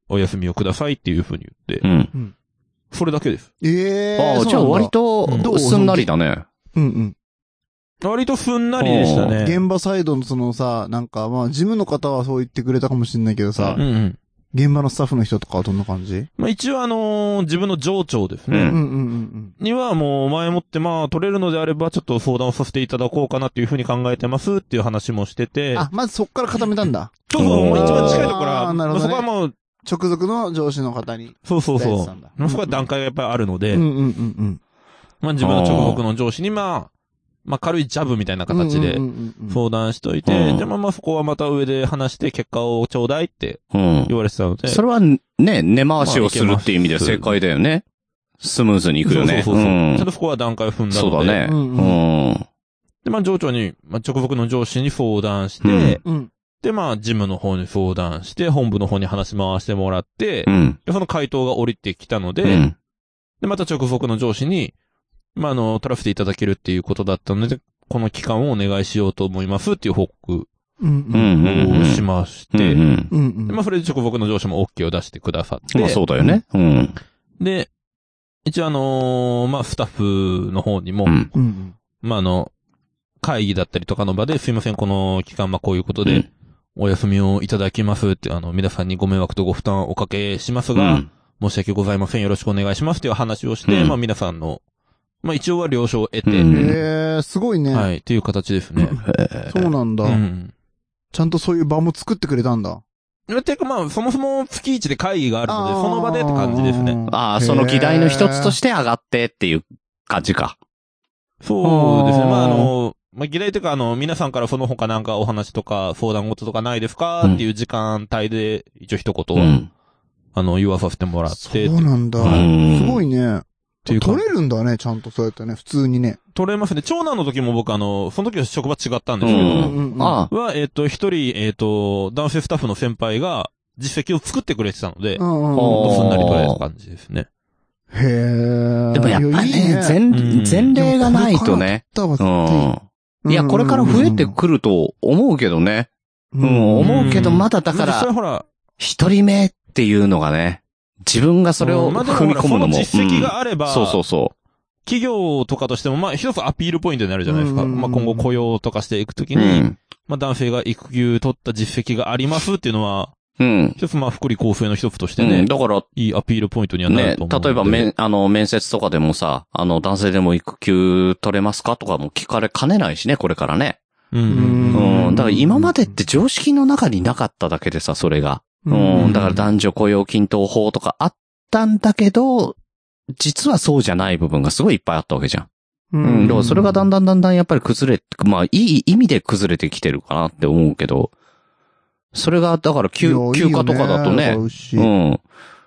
S1: お休みをくださいっていうふうに言って、
S2: うん。
S1: それだけです。
S3: ええ
S2: ああ、じゃあ割。と
S1: うん、
S2: すんなりだね。
S3: そうなんだうん
S1: 割とすんなりでした
S3: う
S1: ね。
S3: ん。現場サイドのそのさ、なんかまあ、事務の方はそう言ってくれたかもしれないけどさ
S1: う、んうん。
S3: 現場のスタッフの人とかはどんな感じ
S1: まあ一応あのー自分の上長ですね。
S2: う
S3: うんんうんうん
S1: にはもう前もってまあ取れるのであればちょっと相談をさせていただこうかなっていうふうに考えてますっていう話もして
S3: う
S1: て
S3: ん。、あ、まずそっから固めたんだ。
S1: そうそう、もう一番近いところ
S3: あ
S1: は、
S3: ーなる
S1: まあ
S3: ほど
S1: そ
S3: ね
S1: こはもう、
S3: 直属の上司の方に。
S1: そうそう
S3: 伝え
S1: そ
S3: て
S1: う
S3: たんだ。
S1: まあそこは段階がやっぱりあるの
S3: う
S1: で、
S3: んうんうん
S1: まあ自分の直属の上司にまあ、まあ軽いジャブみたいな
S3: うん。
S1: 形で
S3: うんうんうんうん
S1: 相談しといて、
S2: うん
S1: でまあまあそこはまた上で話して結果をちょうだいって
S2: うん
S1: 言。われてたので、
S2: それは、ね、根回しをするっていう意味では正解だよね。スムーズにいくよね。
S1: そうそうそう。
S2: ん
S1: ちょっとそこは段階を踏んだ
S2: そ
S1: ので。
S2: うだね。う。
S3: うんうん
S1: で、まあ、上長に、まあ、直属の上司に相談して、
S2: うん
S3: うん。
S1: で、まあ、ジムの方に相談して、本部の方に話し回してもらって、
S2: うん。
S1: で、その回答が降りてきたので、
S2: うん。
S1: で、また直属の上司に、まあ、あの、取らせていただけるっていうことだったので、この期間をお願いしようと思いますっていう報告
S3: うん
S2: うん。
S3: うん
S2: うんうん。
S1: をしまし
S2: う
S1: て、
S2: んうん。
S3: うんうん
S1: でまあ、それで直属の上司も OK を出してくださって、
S2: まあそうだよね。うん。
S1: で、一応あのーまあ、スタッフの方にも、
S2: うん。
S3: うんうん。
S1: まあ、あの、会議だったりとかの場で、すいません、この期間、まあ、こういうことで、お休みをいただきますって、あの、皆さんにご迷惑とご負担をおかけします
S2: う
S1: が、
S2: ん。
S1: 申し訳ございません。よろしくお願いしますっていう話をして、
S2: うん
S1: まあ皆さんの、まあ一応は了承を得て、
S2: うん
S3: ええ、すごいね。
S1: はい、っていう形ですね。
S3: そうなんだ
S1: う。ん。
S3: ちゃんとそういう場も作ってくれたんだ。
S1: ていうかまあ、そもそも月一で会議があるので、その場でって感じですね。
S3: ー
S2: ああ、その議題の一つとして上がってっていう感じか。
S1: そうですね。
S3: あー
S1: まああの、まあ議題というかあの、皆さんからその他なんかお話とか相談事とかないですかっていう時間帯で、一応一
S2: う
S1: 言、
S2: ん。
S1: あの、言わさせてもらって、
S3: そうなんだ。
S2: うん
S3: すごいね。
S1: ていうか
S3: 取れるんだね、ちゃんとそうやってね、普通にね。
S1: 取れますね。長男の時も僕あの、その時は職場違ったん
S2: う
S1: ですけど、
S2: ん。あ
S1: は、えっ、と、一人、えっ、と、男性スタッフの先輩が実績を作ってくれてたので、
S3: う
S1: ほん
S3: んうん
S1: とすんなり
S2: おー
S1: 取れた感じですね。
S3: へえ。
S2: あ。でもやっぱ
S3: いやいい
S2: ね、
S3: ね
S1: うん
S2: 前、前例がないとね。
S3: だわ
S2: うん。いや、これから増えてくると思うけどね。
S3: う
S2: うん、思うけど、まだだか
S1: 実際
S2: ら、
S1: ほら、
S2: 一人目っていうのがね、自分がそれを
S1: まあでも
S2: 踏み込むのも。
S1: ほらその実績が
S2: あ
S1: あれば、
S2: そうそうそ
S1: 企業とかとしても、まあ、一つアピールポイントになるじゃないですか。
S3: うん
S1: まあ、今後雇用とかしていくと
S2: う。
S1: き
S2: う
S1: に、
S2: ん。
S1: まあ、男性が育休取った実績がありますっていうのは、
S2: うん。
S1: 一つ、まあ、福利厚生の一つとして
S2: う
S1: ね、
S2: ん、だから、
S1: いいアピールポイントにはな
S2: ね、
S1: ると思うので。
S2: 例えば、めん、あの、面接とかでもさ、あの、男性でも育休取れますかとかも聞かれかねないしね、これからね。
S1: うん
S3: う
S1: うん。
S2: うん、だから今までって常識の中になかっただけでさ、それが。
S3: うん
S2: うん、だから男女雇用均等法とかあったんだけど、実はそうじゃない部分がすごいいっぱいあったわけじゃん。う
S3: う
S2: ん。だからそれがだん
S3: だ
S2: だんだんだんやっぱり崩れ、まあ、いい意味で崩れてきてるかなって思うけど、それが、だから休、休暇とかだとね、うん。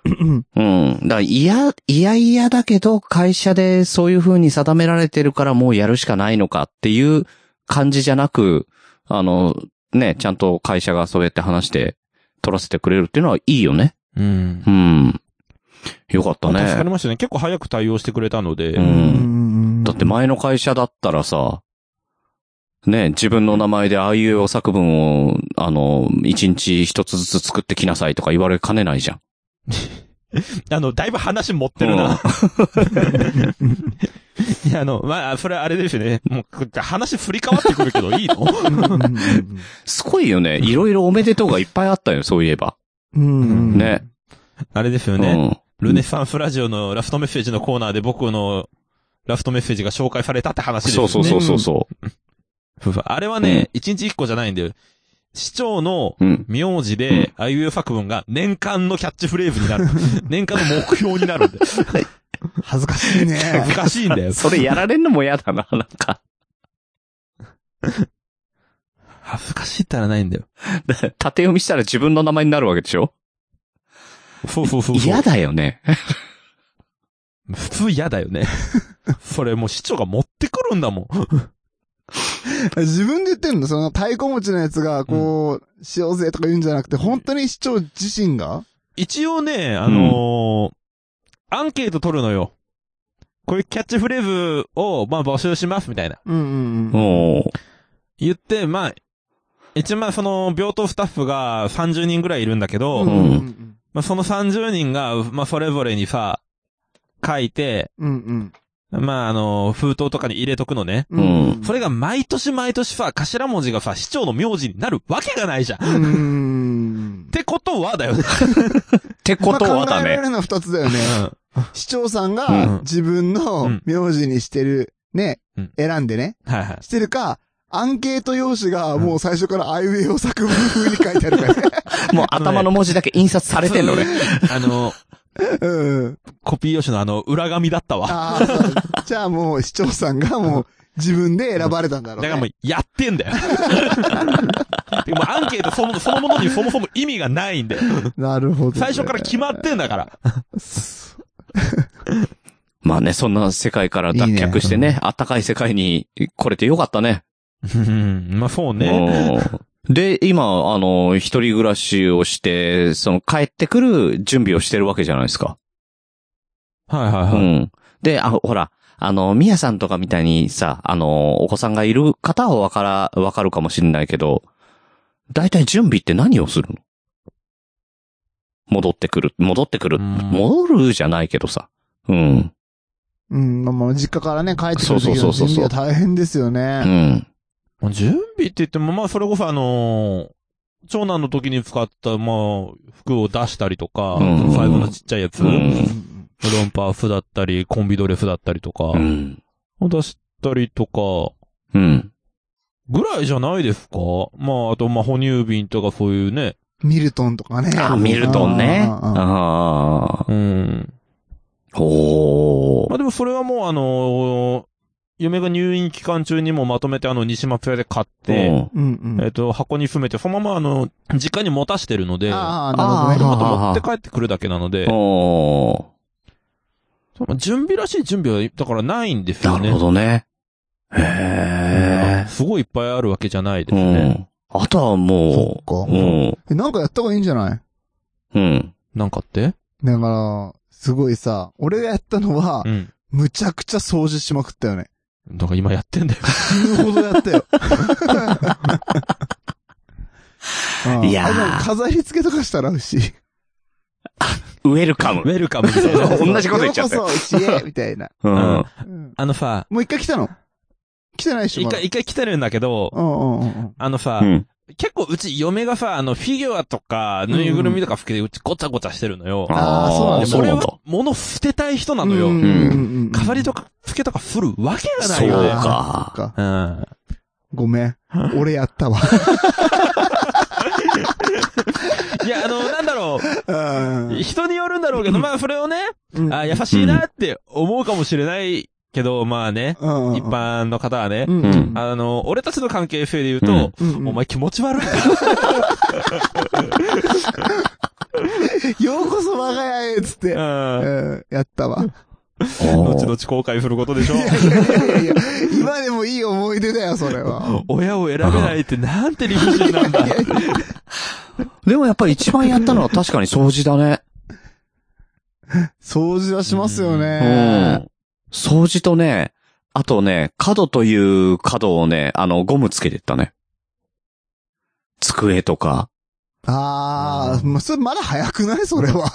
S3: うん。
S2: うん。だから、いや、いやいやだけど、会社でそういう風に定められてるからもうやるしかないのかっていう感じじゃなく、あの、ね、ちゃんと会社がそうやって話して、取らせてくれるっていうのはいいよね。
S1: うん
S2: う。ん。よかった
S1: まあ助かり
S2: ね。
S1: ましたね。結構早く対応してくれたので。
S2: う
S3: うんん。
S2: だって前の会社だったらさ、ね、自分の名前でああいう作文を、あの、一日一つずつ作ってきなさいとか言われかねないじゃん。
S1: あの、だいぶ話持ってるな。 いや、あの、まあ、それはあれですよね。もう、話振り変わってくるけど、いいの
S2: すごいよね。いろいろおめでとうがいっぱいあったよ、そういえば。
S3: うん。
S2: ね。
S1: あれですよ
S2: うん。
S1: ね。ルネサンスラジオのラフトメッセージのコーナーで僕のラフトメッセージが紹介されたって話ですよ
S2: そう
S1: ね。
S2: そうそうそうそ
S1: そうそうあれはね、一、日一個じゃないんだよ。市長の
S2: う。うん。
S1: 名字で、あいうえお作文が年間のキャッチフレーズに なる。年間の目標になるんで。
S3: 恥ずかしいね。
S1: 難しいんだよ。
S2: それやられんのも嫌だな、なんか。
S1: 恥ずかしいったらないんだよ。
S2: 縦読みしたら自分の名前になるわけでしょ
S1: そうそうそうそう。
S2: 嫌だ よね。
S1: 普通嫌だよ ね。それもう市長が持ってくるんだもん。
S3: 自分で言ってんのその太鼓持ちのやつが、こう、しようぜとか言うんじゃなくて、本当に市長自身が
S1: 一応ね、あのーアンケート取るのよ。こういうキャッチフレーズを、まあ募集しますみたいな。
S3: うんうんうん。
S2: おー
S1: 言って、まあ、一応まあその病棟スタッフが30人ぐらいいるんだけど、
S2: ん
S3: うん
S1: まあその30人が、まあそれぞれにさ、書いて、
S3: うんうん。
S1: まああのー封筒とかに入れとくのね。
S2: うん
S1: それが毎年毎年さ、頭文字がさ、市長の名字になるわけがないじゃん。っ
S3: うん。
S1: てことはだよね。
S2: ってことは
S3: まあ
S2: だ
S3: 考え
S2: ね
S3: られ。るのは二つだよね。市長さん
S1: うん
S3: が自分の名字にしてる、ね
S1: うん、
S3: 選んでね、
S1: はいはい。
S3: してるか、アンケート用紙がもう最初からあいうえお作文風に書いてあるからね。
S2: もう頭の文字だけ印刷されてんのね。
S1: あの、
S3: うん。
S1: コピー用紙のあの、裏紙だったわ。だ
S3: ああそう、じゃあもう市長さんがもう自分で選ばれたんだろ
S1: か
S3: う、ね。
S1: らもう、やってんだよ。でもアンケートそのそのものにそもそも意味がないんで。
S3: なるほど、
S1: 最初から決まってんだから。
S2: まあね、そんな世界から脱却してね、あったかい世界に来れてよかったね。
S1: うん、まあそうね。
S2: うんで、今、あの、一人暮らしをして、その帰ってくる準備をしてるわけじゃないですか。
S1: はいはいうはい。
S2: ん。で、あ、ほら、あの、みやさんとかみたいにさ、あの、お子さんがいる方はわから、わかるかもしれないけど、だいたい準備って何をするの戻ってくる、戻ってくる、
S1: うん
S2: 戻るじゃないけどさ。うん。
S3: うん、まあまあ、実家からね、帰ってくる
S2: そう
S3: 時
S2: そ
S3: の
S2: うそうそう
S3: 準備は大変ですよ
S2: う
S3: ね。
S2: ん。
S1: 準備って言っても、まあそれこそあのー長男の時に使った、まあ、服を出したりとか、
S2: うん
S1: ファイブのちっちゃいやつ、
S2: う
S1: ロ
S2: ん
S1: ンパーフだったり、コンビドレスだったりとか
S2: う、ん。
S1: 出したりとか、
S2: うん。
S1: ぐらいじゃないですかまあ、あと、まあ、哺乳瓶とかそういうね。
S3: ミルトンとかね。
S2: あ、ミルトンね。
S3: あーあー
S2: あ
S3: あー
S1: うん。
S2: あ。お
S1: ま
S2: ー。
S1: あ、でもそれはもう、あのー嫁が入院期間中にもまとめて、あの、西松屋で買って、
S2: うん
S3: うんうん。
S1: えっと、箱に詰めて、そのまま、あの、実家に持たしてるので、あ
S3: ああ、なるほど
S1: と
S3: ね。
S1: 持って帰ってくるだけなので、
S2: おー。
S1: その準備らしい準備は、だからないんですよ
S2: な
S1: ね。
S2: るほどね。
S1: うん
S2: へ
S1: すごいいっぱいあるわけじゃない
S2: え。
S1: です
S2: う
S1: ね。
S2: ん。あとはもう、
S3: そっか
S2: うん。
S3: えなんかやった方がいいんじゃない
S2: うん。
S1: なんかって
S3: だから、すごいさ、俺がやったのは
S1: う、ん。
S3: むちゃくちゃ掃除しまくったよね。
S1: だから今やってんだよ。
S3: 死ぬほどやったよ。うん
S2: いやー
S3: あでも飾り付けとかしたらうし。
S2: ウェルカ
S1: ウ
S2: ム。
S1: ェルカムみたいな。
S2: 同じこと言っちゃったよ
S3: ようこそ、知恵みたいな。
S1: う
S2: う
S1: んん。
S3: う ん
S1: あのさ、
S3: もう一回来たの来てないでしょ
S1: 一回、一回来てるんだけど
S3: ま、だうんうんうん
S1: あのさ、
S2: うん。
S1: 結構うち嫁がさ、あの、フィギュアとか、ぬいぐるみとか好きで、うちごちゃごちゃしてるのよ。
S3: あーそうなん
S2: ー
S3: だ
S1: で、
S2: そ
S1: そうれ
S2: なん
S1: は
S2: だ。、
S1: 物捨てたい人な
S3: う
S1: の
S3: ん。
S1: よ。
S3: うんうん
S1: 飾りとか、付けとか振るわけがな
S2: そ
S1: いうよね。
S3: そっ
S2: か。
S3: か。
S1: うん。
S3: ごめん。俺やったわ。
S1: いや、あの、なんだろ
S3: うん
S1: う。人によるんだろうけど、まあそれをね、
S3: うん
S1: あ優しいなって思うかもしれないけど、まあね、
S3: うん
S1: 一般の方はね、
S3: うん
S2: うん
S1: あの、俺たちの関係性で言うと、
S3: うんうん
S1: お前気持ち悪いな。
S3: ようこそ我が家へっつって。
S1: うん。
S3: うん、やったわ。
S1: 後々後悔することでしょ。
S3: いやいやいや、今でもいい思い出だよ、それは。
S1: 親を選べないってなんて理不尽なんだ。
S2: でもやっぱり一番やったのは確かに掃除だね。
S3: 掃除はしますよ
S2: う
S3: ね。
S2: ん。掃除とね、あとね、角という角をね、あの、ゴムつけてったね。机とか。
S3: ああ、まあ、それまだ早くないそれは。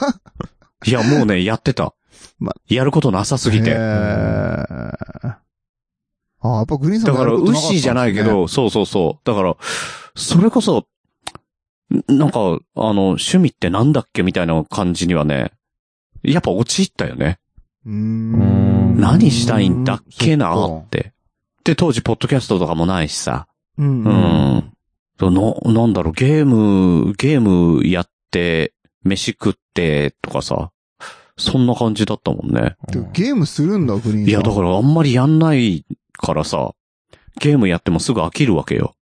S2: いや、もうね、やってた
S3: ま。
S2: やることなさすぎ
S3: へー
S2: て。
S3: ああ、やっぱグリーンさん
S2: だから、ウ
S3: う
S2: ッシーじゃないけ。ど、そうそうそう。だから、それこそ、んなんか、あの、趣味ってなんだっけみたいな感じにはね、やっぱ陥ったよね。
S3: うーん。
S2: 何したいんだっけな
S3: そ
S2: っ。て。で、当時、ポッドキャストとかもないしさ。
S3: うん
S2: う。ん。そうな、なんだろう、ゲーム、ゲームやって、飯食って、とかさ。そんな感じだったもんね。
S3: でもゲームするんだ、グリーンさん。
S2: いや、だからあんまりやんないからさ、ゲームやってもすぐ飽きるわけよ。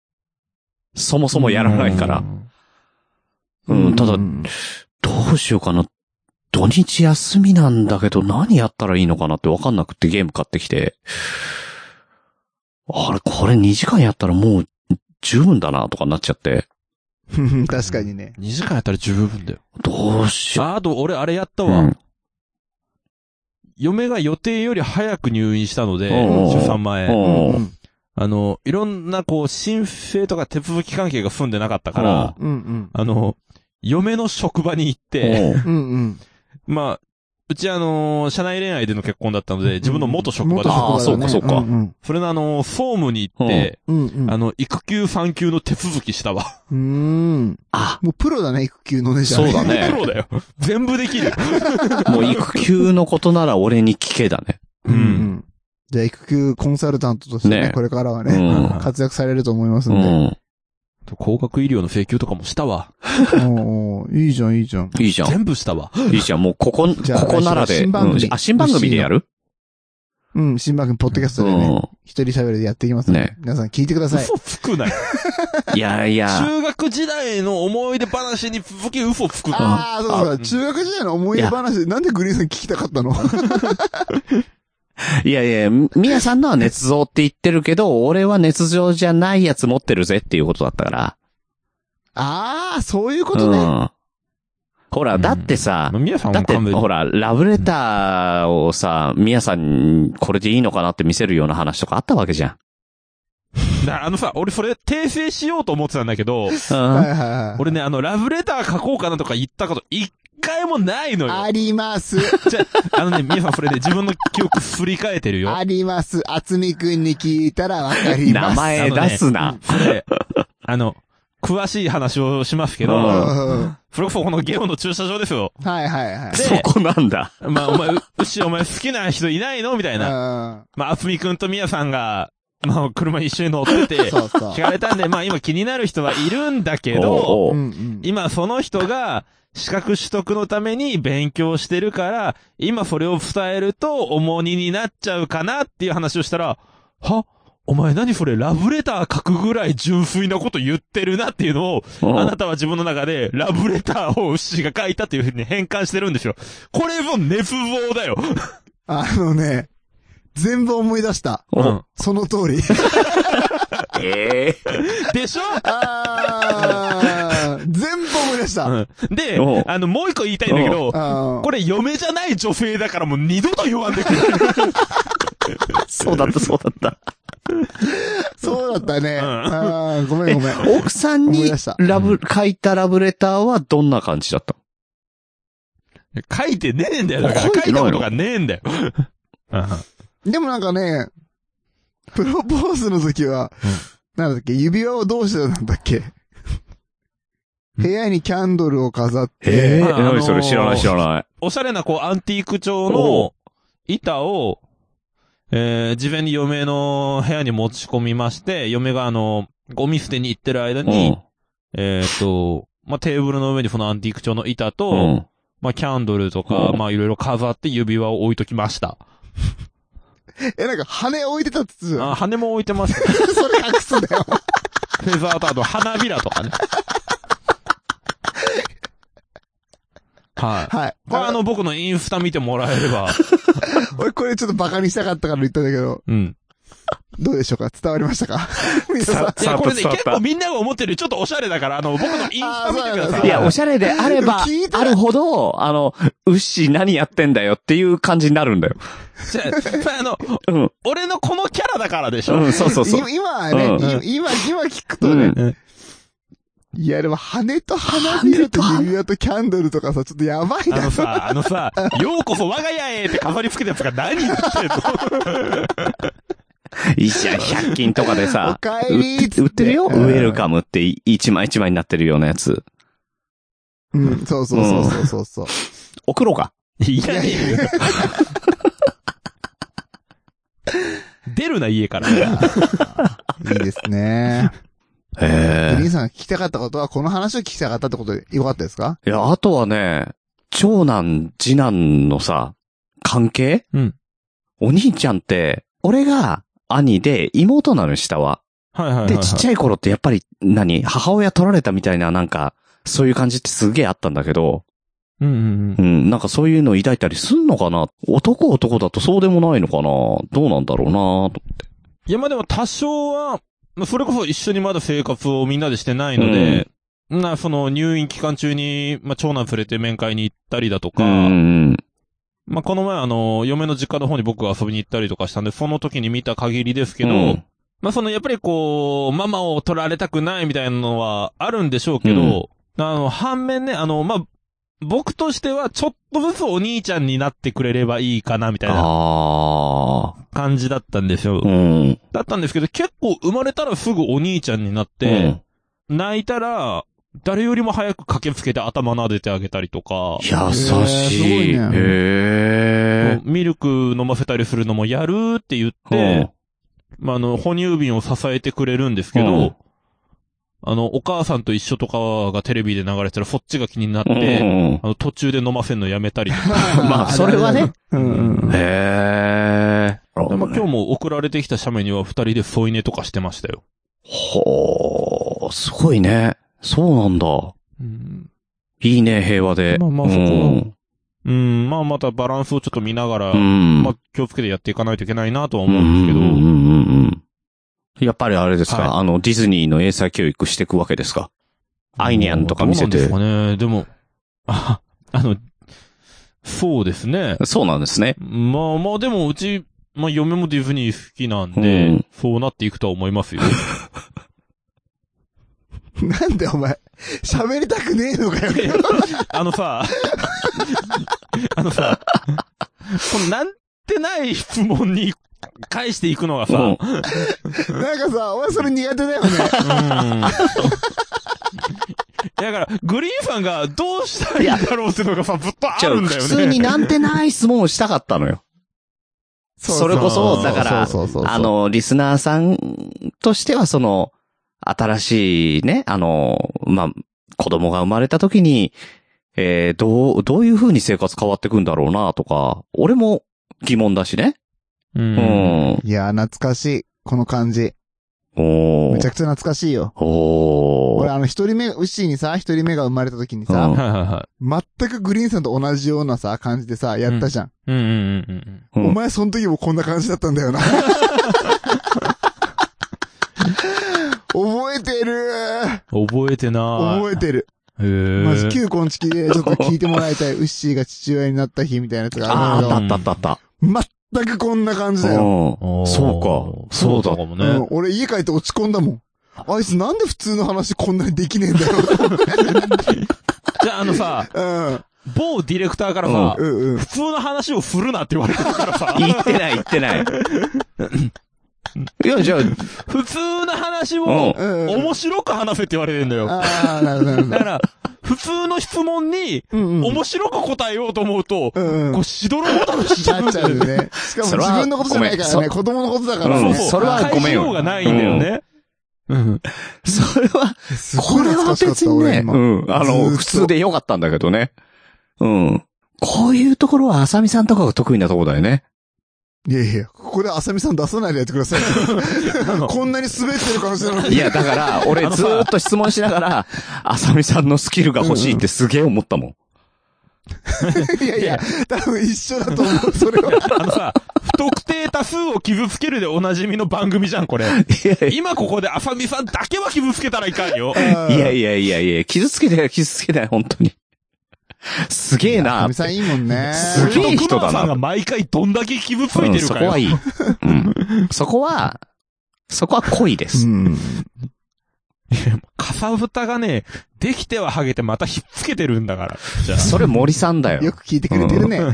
S2: そもそもやらないから。うんただどうしようかな。土日休みなんだけど何やったらいいのかなってわかんなくってゲーム買ってきて、あれ、これ2時間やったらもう十分だなとかなっちゃって、
S3: 確かにね。
S1: 2時間やったら十分だよ。
S2: どうしよ
S1: あ、あと俺あれやった
S2: う。
S1: わ。
S2: うん
S1: 嫁が予定より早く入院したので、
S2: おうおう
S1: 出産前。
S2: おう
S3: うん
S1: あの、いろんなこう、申請とか手続き関係が済んでなかったから、
S3: うんうん。
S1: あの、嫁の職場に行って、
S2: おう
S3: うんうん。
S1: まあ、うちあのー、社内恋愛での結婚だったので、自分の元職場で
S3: 元
S1: す、
S2: あー
S3: 職場だね
S2: そうかそうか
S3: ん
S1: それのあのー、フォームに行って、
S3: うんうん
S1: あの、育休産休の手続きしたわ。
S3: うーん。
S2: あ、
S3: もうプロだね、育休のね、じゃあ
S2: そうだね
S1: プロだよ。全部できる。
S2: もう育休のことなら俺に聞けだ ね。
S3: うんう。
S1: うん
S3: じゃあ、育休コンサルタントとしてね、
S2: ね
S3: これからは
S2: う
S3: ね、
S2: ん。
S3: 活躍されると思います
S2: うん
S3: で。
S2: ん。
S1: 高額医療の請求とかもしたわ。
S3: おーおーいいじゃん、いいじゃん。
S2: いいじゃん。
S1: 全部したわ。
S2: いいじゃん、もうここ、こ
S3: じゃあ
S2: こならで。
S3: 新番組
S2: うんあ、新番組でやる
S3: うん、新番組、ポッドキャストでね、一人喋りでやっていきますね
S2: ね。
S3: 皆さん聞いてください。
S1: 嘘つくなよ。
S2: うん。いやいや、
S1: 中学時代の思い出話に続き嘘つくな。
S3: ああ、そうだそうだ、中学時代の思い出話、なんでグリーンさん聞きたかったの
S2: いやいや、みやさんのは捏造って言ってるけど、俺は捏造じゃないやつ持ってるぜっていうことだったから。
S3: ああ、そういうこ
S2: う
S3: とね。
S2: ん。ほら、だってさ、
S1: みやさん
S2: だっ
S1: も
S2: て、
S1: 完全に
S2: ほ。ら、ラブレターをさ、みやさんに、これでいいのかなって見せるような話とかあったわけじゃ
S1: なあのさ、俺それ訂正しようと思ってたんだけど、
S2: ん。う
S3: はい
S2: ん。
S3: はいはい。
S1: 俺ね、あの、ラブレター書こうかなとか言ったこと一回もないのよ
S3: あ。ります。
S1: じゃあ、あのね、みやさんそれで自分の記憶振り返ってるよ。
S3: あります。厚みくんに聞いたらわかります。
S2: 名前出すな。
S1: それ、あの、詳しい話をしますけ
S3: うん。
S1: ど、
S3: は
S1: それこそこのゲオの駐車場ですよ。
S3: いはいは
S1: で
S2: そこなんだ。
S1: まあ、お前、ううし、お前好きな人いないのみたいな。
S3: い。
S1: まあ、あつみくんとみやさんが、まあ、車一緒に乗って
S3: うん。
S1: て、
S3: そうそう。
S1: 聞かれたんで、まあ今気になる人はいるんだけど、
S2: おうお
S3: う
S2: うん
S3: うん
S1: 今その人が資格取得のために勉強してるから、今それを伝えると重荷になっちゃうかなっていう話をしたら、はお前何それラブレター書くぐらい純粋なこと言ってるなっていうのを、
S2: うん
S1: あなたは自分の中でラブレターをウッシーが書いたっていうふうに変換してるんですよ。これも熱望だよ。
S3: あのね、全部思い出した。
S2: お
S1: うん
S3: その通り。
S2: え
S1: でしょ
S3: あー 全部思い出した。
S1: うんで
S2: おう、
S1: あの、もう一個言いたいんだけど、
S3: あー
S1: これ嫁じゃない女性だからもう二度と言わんでくれ。
S2: えそうだった、そうだった。
S3: そうだったね。
S1: ん
S3: あーごめんごめん。
S2: 奥さん
S3: 思い
S2: に
S3: 出した
S2: ラブ、書いたラブレターはどんな感じだった
S1: 書いてねえんだよ。だから
S2: 書い
S1: 書
S2: て
S1: い
S2: な
S1: た
S2: いの
S1: ことがねえん だよ。
S3: でもなんかね、プロポーズの時は、なんだっけ、指輪をどうしてたんだっけ部屋にキャンドルを飾って、
S1: え
S2: ー何それ知らない知らない。
S1: おしゃれな、こう、アンティーク調
S2: お
S1: の板を、えー、事前に嫁の部屋に持ち込みまして、嫁があの、ゴミ捨てに行ってる間
S2: う
S1: に
S2: ん、。
S1: えーっと、まあ、テーブルの上にそのアンティーク調の板と、
S2: うん。
S1: まあ、キャンドルとか、まあ、いろいろ飾って指輪を置いときました。
S3: え、なんか羽置いてたっつう。
S1: あ、羽も置いてます。
S3: それ隠すんだよ。
S1: フェザーとあと花びらとかね。はい。
S3: はい。
S1: これあの、僕のインスタ見てもらえれば、
S3: 俺これちょっとバカにしたかったから言ったんだけど、
S1: うん。
S3: どうでしょうか伝わりましたか皆さん。
S1: いや、これね、
S2: 伝わっ
S1: 結
S2: た
S1: 構みんなが思ってるちょっとおしゃれだから、あの、僕のインスタ見てくだ
S3: あ
S1: さ
S3: ー
S1: い。
S2: いや、おしゃれであれば
S3: 聞い、た
S2: あるほど、あの、ウッシー何やってんだよっていう感じになるんだよ。
S1: じゃあそ れあの、
S2: うん。
S1: 俺のこのキャラだからでしょ、
S2: うん、そうそうそう。
S3: い今はね、
S2: うん
S3: い今、今聞くとね、
S2: うん
S3: いや、でも羽と花びらと指輪とキャンドルとかさ、ちょっとやばい
S1: あ
S3: な
S1: の。さ、あのさ、ようこそ我が家へって飾りつけたやつが何言ってんの
S2: いいじゃん、100均とかでさ
S3: お、かえり
S2: 売って売ってるよ。ウェルカムってい一枚一枚になってるようなやつ。
S3: うん、そうそうそうそうそうそう。
S2: 送ろうか。
S1: いやいやいや。出るな、家から。
S3: いいですね。
S2: へ
S3: リンさんが聞きたかったことは、この話を聞きたかったってことでよかったですか
S2: え。いや、あとはね、長男、次男のさ、関係
S1: うん。
S2: お兄ちゃんって、俺が兄で妹なのよ、下は。
S1: はいはいはい、はい。
S2: で、ちっちゃい頃ってやっぱり、何母親取られたみたいな、なんか、そういう感じってすげえあったんだけど、
S1: うんうんうん
S2: う。ん、なんかそういうのを抱いたりすんのかな男男だとそうでもないのかなどうなんだろうない
S1: や、まあでも多少は、まあそれこそ一緒にまだ生活をみんなでしてないので、な、その入院期間中に、まあ長男連れて面会に行ったりだと
S2: う
S1: か、
S2: ん。
S1: まあこの前あの、嫁の実家の方に僕が遊びに行ったりとかしたんで、その時に見た限りですけど、
S2: うん
S1: まあそのやっぱりこう、ママを取られたくないみたいなのはあるんでしょうけど、あの、反面ね、あの、まあ、僕としてはちょっとずつお兄ちゃんになってくれればいいかなみたいな
S2: ああ。
S1: 感じだったんですよ。
S2: うん。
S1: だったんですけど、結構生まれたらすぐお兄ちゃんになって、泣いたら、誰よりも早く駆けつけて頭撫でてあげたりとか
S2: うん、優しい。
S3: へーすごいね
S2: へ
S1: ミルク飲ませたりするのもやるって言っ
S2: え。
S1: て、まあ、あの、哺乳瓶を支えてくれるんですけ
S2: うん
S1: ど、あの、お母さんと一緒とかがテレビで流れてたらそっちが気になっ
S2: うん
S1: て、
S2: うん
S1: あの、途中で飲ませんのやめたりとか。
S2: まあ、それはね。。
S3: うんうん。
S2: へえ。
S1: でまあ、今日も送られてきた斜面には二人で添い寝とかしてましたよ。
S2: ほー、すごいね。そうなんだ。
S1: うん、
S2: いいね、平和で。
S1: まあまあそこは
S2: うん
S1: うんまあ、またバランスをちょっと見ながら、
S2: うん。
S1: まあ、気をつけてやっていかないといけないなとは
S2: うん
S1: 思
S2: う
S1: うん
S2: ん
S1: ですけど、
S2: うんうんやっぱりあれですか、
S1: は
S2: あの、ディズニーの英才教育していくわけですかアイニャンとか見せて
S1: どうなんですかね。でも、 あ、あの、そうですね。
S2: そうなんですね。
S1: まあまあ、でもうち、まあ嫁もディズニー好きなんで、
S2: うん
S1: そうなっていくとは思い ますよ。
S3: なんでお前、喋りたくねえのかよ。
S1: あのさ、 あのさ、このなんてない質問に返していくのがさ、
S2: うん
S3: なんかさ、お前それ苦手だよね。
S1: うん。だから、グリーンさんがどうしたらいいんだろうっていうのがさ、ずっとあ
S2: じゃあ、
S1: るんだよね。
S2: 普通になんてない質問をしたかったのよ。 それこそ、だから、
S3: そうそうそうそう
S2: あの、リスナーさんとしては、その、新しいね、あの、まあ、子供が生まれた時に、えーどう、どういう風に生活変わってくんだろうな、とか、俺も疑問だしね。
S1: う。
S2: うんん。
S3: いやー、懐かしい。この感じ。
S2: お
S3: めちゃ
S2: ー。
S3: くちゃ懐かしいよ。
S2: お
S3: 俺、
S2: ー。
S3: あの、一人目、ウッシーにさ、一人目が生まれた時に
S2: う
S3: さ
S2: ん、
S1: はいはいは
S3: 全くグリーンさんと同じようなさ、感じでさ、やったじゃん。
S1: い。うんうんうんうん。
S2: うん
S3: お前、その時もこんな感じだったんだよな。覚えてる
S1: 覚えてな
S3: 覚えてる。
S1: い。へえ。
S3: まず、旧婚式でちょっと聞いてもらいたい、ウッシーが父親になった日みたいなやつが
S2: あ
S3: あ
S2: ー
S3: るんだ
S2: あったあったあったあっ
S3: けど、全くこんな感じ
S2: た。
S3: だよ。
S2: うん。そうか。そうだ。
S1: かも
S3: うん
S1: ね。、
S3: 俺家帰って落ち込んだもん。あいつなんで普通の話こんなにできねえ んだ
S1: じゃあ、あのさ、
S3: よ。
S1: 某ディレクターからさ
S3: う、ん。うんうん。
S1: 普通の話を振るなって言われてるからさ、
S2: 言ってない言って ない。いや、じゃあ、
S1: 普通の話
S2: うん
S1: を
S3: うんうん。
S1: 面白く話せって言われてんだよ。
S3: ああ、なるほど、なるほ
S1: だ
S3: ど。
S1: から、普通の質問に
S3: うんうん。
S1: 面白く答えようと思うと、こ
S3: うんうん
S1: う、。しどろもどろしちゃう
S3: なっ
S1: ん
S3: ち
S1: だ
S3: ゃう
S1: よ
S3: よ
S1: ね。
S3: ね。しかも
S2: それは
S3: 自分のことじゃないから
S2: ごめ
S3: ね。
S2: ん
S3: 子供のことだからね。
S2: うん
S1: そう
S2: それはごめん
S1: 返し
S2: よ
S1: ようがないんだよね。うん。
S2: それは、
S3: すご
S2: こ
S3: い
S2: れは
S3: 懐かしかっ
S2: 別
S3: た
S2: に
S3: 俺
S2: ね、
S3: 今。
S2: うん、あ
S3: ずーっ
S2: の、
S3: と
S2: 普通でよかったんだけどね。うん。こういうところは、浅見さんとかが得意なところだよね。
S3: いやいや、ここで浅見さん出さないでやってください。 こんなに滑ってる感じなの
S2: い
S3: に。
S2: や、だ から、俺ずーっと質問しながら、浅見さんのスキルが欲しいってすげえ思ったもん。
S3: いやいや、多分一緒だと思う、それは。
S1: あのさ、不特定多数を傷つけるでおなじみの番組じゃん、これ。
S2: いや い
S1: 今ここで浅見さんだけは傷つけたらいかんよ。
S2: やいやいやいやいや、傷つけてない、傷つけてない、本当に。すげえな
S3: 浅見。さんいいもんね。
S2: すげえ人だ
S1: それと熊
S2: な
S1: さんが毎回どんだけ傷つい
S2: うん
S1: てる
S2: そ
S1: か
S2: こ
S1: よ。
S2: はいい。うん。そこは、そこは恋です。
S3: ん。
S1: かさぶたがね、できてはハゲてまたひっつけてるんだから。じゃあ。
S2: それ森さんだよ。
S3: よく聞いてくれてる ね。よ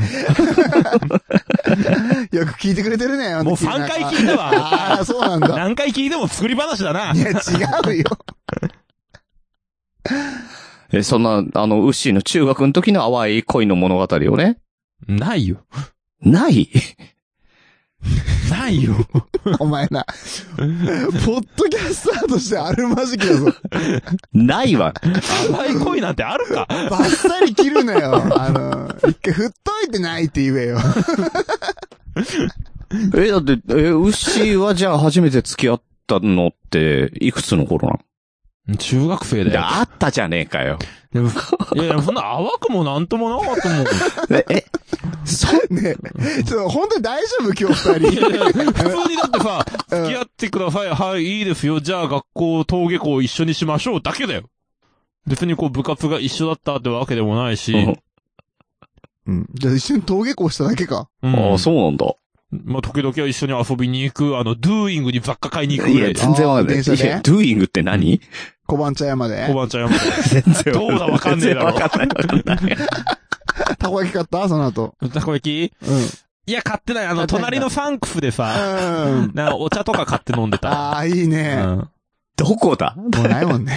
S3: く聞いてくれてるね。
S1: もう3回聞いた
S3: あ
S1: わ。
S3: あ、そうなんだ。
S1: 何回聞いても作り話だな。
S3: いや、違うよ。
S2: え、そんな、あの、ウッシーの中学の時の淡い恋の物語をね。
S1: ないよ。
S2: ない。
S1: ないよ。
S3: お前な。ポッドキャスターとしてあるまじきだぞ。
S2: ない わ。
S1: 甘い恋なんてあるか。
S3: バッサリ切るなよ。あの、一回振っといてないって言えよ。
S2: え、だって、え、ウッシーはじゃあ初めて付き合ったのって、いくつの頃なの
S1: 中学生だよ。
S2: あったじゃねえかよ。
S1: でもいやいや、そんな淡くもなんともなかったもん。
S2: え、え、そ、
S3: ねえ。ちょっと本当に大丈夫今日
S1: い
S3: 二
S1: やい
S3: 人。
S1: や普通にだってさ、付き合ってください、はい、いいですよ、じゃあ学校、登下校一緒にしましょうだけだよ。別にこう部活が一緒だったってわけでもないし、
S3: うん。じゃあ一緒に登下校しただけか。
S1: うん
S2: ああ、そうなんだ。
S1: まあ、時々は一緒に遊びに行く、あの、ドゥーイングに雑貨買いに行く
S2: い
S1: ぐら
S2: や、
S1: いで、
S2: 全然わかんない。
S3: 電
S2: い
S3: 車で
S2: や、ドゥーイングって何
S3: 小判茶屋ま
S1: 小
S3: で。
S1: 判ちゃんやもん。
S2: 全然
S1: どうだわかんねえだろ
S2: 全然わかんないわかんない。
S3: たこ焼き買ったその後。
S1: たこ焼き
S3: うん。
S1: いや、買ってない。あの、
S3: 買ってない
S1: 隣のファンクスでさ、
S3: うん。
S1: なんかお茶とか買って飲んでた。
S3: ああ、いいうね。
S1: ん。
S2: どこだ
S3: もうないもんね。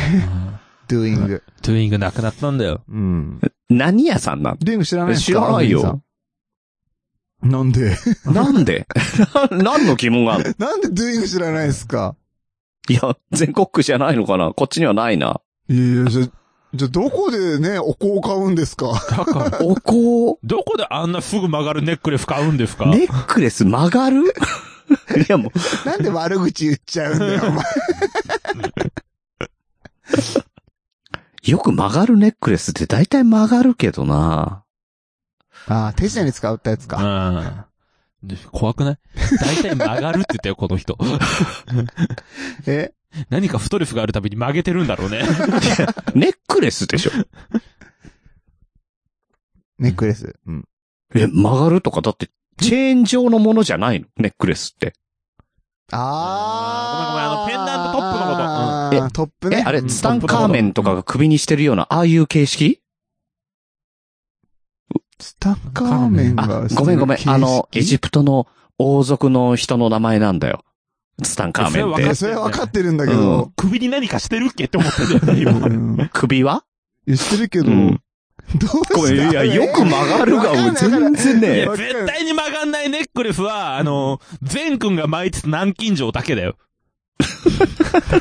S3: doing.
S1: ドゥーイングなくなったんだよ。
S3: うん。
S2: 何屋さんなん
S3: doing 知らないですか
S2: 知らないよ。
S3: なんで
S2: なんでな 何の疑問があるの
S3: なんで doing 知らないですか
S2: いや、全国区じゃないのかなこっちにはないな。
S3: いやいや、じゃ、じゃあどこでね、お香を買うんですか
S1: だから、
S2: おこ
S1: どこであんなすぐ曲がるネックレス買うんですか
S2: ネックレス曲 がるいや、もう、
S3: なんで悪口言っちゃうんだよ、お前。
S2: よく曲がるネックレスって大体曲がるけどな。
S3: ああ、手品に使ったやつか。
S1: うん。で怖くない大体曲がるって言ったよ、この人。
S3: え
S1: 何かストレスがあるたびに曲げてるんだろうね。
S2: ネックレスでしょ
S3: ネックレス。うん。
S2: え、曲がるとか、だって、チェーン状のものじゃないのネックレスって。
S3: ああ。
S1: ごめんごめんあのペンダントトップのこと
S2: うん
S3: あートップ
S2: え、
S3: ね。
S2: あれ、
S1: うん
S2: ツタンカーメンとかが首にしてるような、ああいう形式
S3: ツタンカーメン
S2: あ
S3: が、、
S2: ごめんごめ
S3: 形
S2: ん。
S3: 式
S2: あの、エジプトの王族の人の名前なんだよ。ツタンカーメンっ
S1: それ
S2: て
S1: わ。
S3: えそれは分かってるんだけど。
S1: 首に何かしてるっけって思ってたよね、
S3: う
S1: 今。
S3: ん。
S2: 首は
S3: 言ってるけど、
S2: うん
S3: どうした
S2: ごめん、いや、よく曲がるが、
S3: わかんない
S2: 全然
S1: い
S2: ね
S1: や、。 絶対に曲がんないネックレスは、あの、善くんが巻いてた南京錠だけだよ。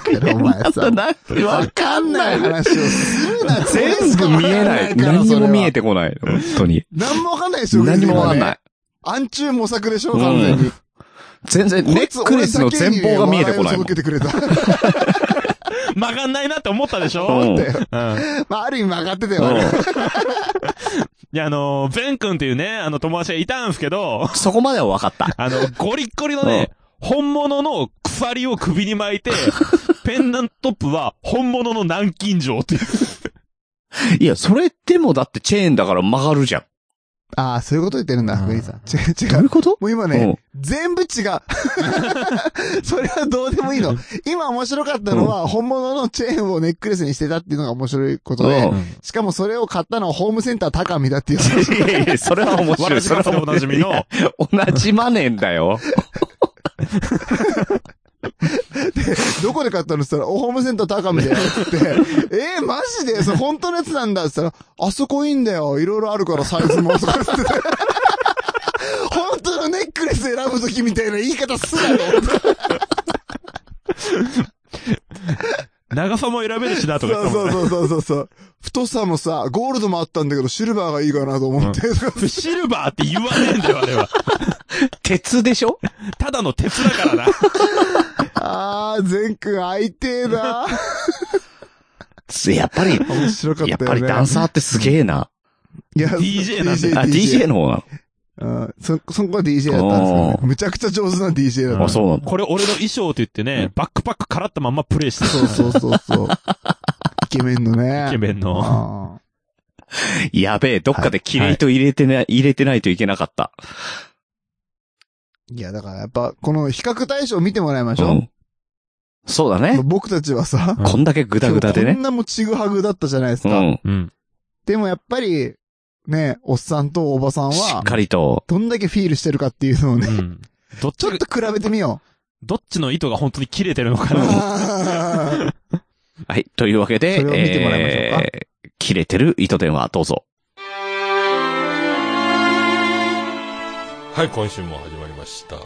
S3: けどお前さ。
S2: なわかんない。
S3: 話をするな、
S2: 全部見えない。何にも見え
S3: て。
S2: てこない。本当に。
S3: 何もわかんないでしょ、
S2: 何もわかん
S3: 今
S2: な
S3: ね
S2: い。。
S3: 暗中模索でしょ、完全に。
S2: 全然、ネックレスの前方が見えてこないもん
S3: こ。いつ俺だけに 笑いを届けてくれ
S1: 曲がんないなって思ったでしょ
S2: うん
S1: うん。い
S3: た。まあ、ある意味曲がってたよ、あれ
S1: や、あの、善くんっていうね、あの友達がいたんですけど、
S2: そこまでは分かった。
S1: あの、ゴリッゴリのね、本物の鎖を首に巻いて、 ペンダントップは本物の南京錠っていう。
S2: いや、それでもだってチェーンだから曲がるじゃん。
S3: ああ、そういうこと言ってるんだ、
S1: うん
S3: ふにさん。違う
S2: どうい
S3: 違。
S2: ううこと
S3: もう今
S2: うん
S3: ね、全部違う。 それはどうでもいいの。今面白かったのは、本物のチェーンをネックレスにしてたっていうのが面白いことで
S2: う、
S3: しかもそれを買ったのはホームセンター高見だっていう話。
S2: いやいや、それは面
S1: わ
S2: 白
S1: ら
S2: い。
S1: じ
S2: それ
S1: かつ
S2: は
S1: でおなじみの。
S2: 同じマネーだよ。
S3: どこで買ったのって言ったら、おホームセンター高見だよってえー、マジでそれ本当のやつなんだって言ったら、あそこいいんだよ。いろいろあるからサイズも。とか言って 本当のネックレス選ぶときみたいな言い方すなよ。
S1: 長さも選べるしなとか言ってたもん
S3: そ
S1: ね。
S3: うそうそうそうそう。太さもさ、ゴールドもあったんだけど、シルバーがいいかなと思って。
S1: シルバーって言わねえんだよ、あれは。
S2: 鉄でしょ
S1: ただの鉄だからな。
S3: あー、ゼン君会いてえな。
S2: やっぱり、
S3: 面白かったよ
S2: や
S3: ね。
S2: っぱりダンサーってすげえな。
S3: いや
S1: DJ なんだ
S2: あ、DJ の方な
S3: うん。そ、そこは DJ だったんですよね
S2: お。ー
S3: むちゃくちゃ上手な DJ だ
S2: の。
S3: っ
S2: あ、そうなの。
S1: これ俺の衣装と言ってね、バックパックからったまんまプレイして
S3: た。
S1: る。
S3: そうそうそう そう。イケメンのね。
S1: イケメンの
S3: あ
S2: やべえ、どっかでキレイと入れてない、入れてないといけなかった。
S3: ーいや、だからやっぱ、この比較対象見てもらいまし
S2: う
S3: ょ
S2: んそうだね
S3: う。。僕たちはさ、
S1: うん
S2: こんだけグダグダで
S3: 今日
S2: ね
S3: こん。なもちぐはぐだったじゃないです
S2: う
S3: か。
S2: ん。
S1: うん。
S3: でもやっぱり、ね、おっさんとおばさん
S2: しっ
S3: は、
S2: かりと。
S3: どんだけフィールしてるかっていうのを
S1: う
S3: ね、
S1: ん。どっ
S3: ち
S1: ち
S3: ょっ
S1: が、
S3: と比べてみよ
S1: どっちの糸が本当に切れてるのか
S3: う。
S1: な。
S3: あ
S2: はい。というわけで、
S3: それを見てもらいましょうか
S2: えー切れてる糸電話、どうぞ。
S4: はい、今週も始まりました。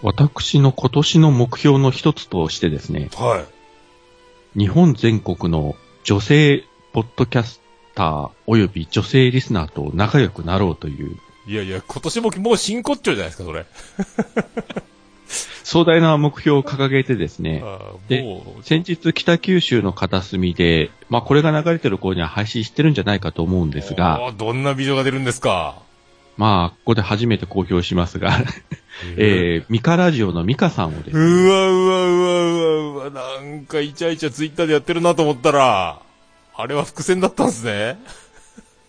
S5: 私の今年の目標の一つとしてですね、
S4: はい。
S5: 日本全国の女性ポッドキャスター及び女性リスナーと仲良くなろうという
S4: いやいや、今年ももう真骨頂じゃないですか、それ。
S5: 壮大な目標を掲げてですね、
S4: あー
S5: で
S4: もう、
S5: 先日北九州の片隅で、まあこれが流れてる頃には配信してるんじゃないかと思うんですが、
S4: おー。どんなビデオが出るんですか。
S5: まあここで初めて公表しますが、えー、ミカラジオのミカさんをです
S4: う
S5: ね、
S4: わうわうわうわうわ、なんかイチャイチャツイッターでやってるなと思ったら、あれは伏線だったんですね。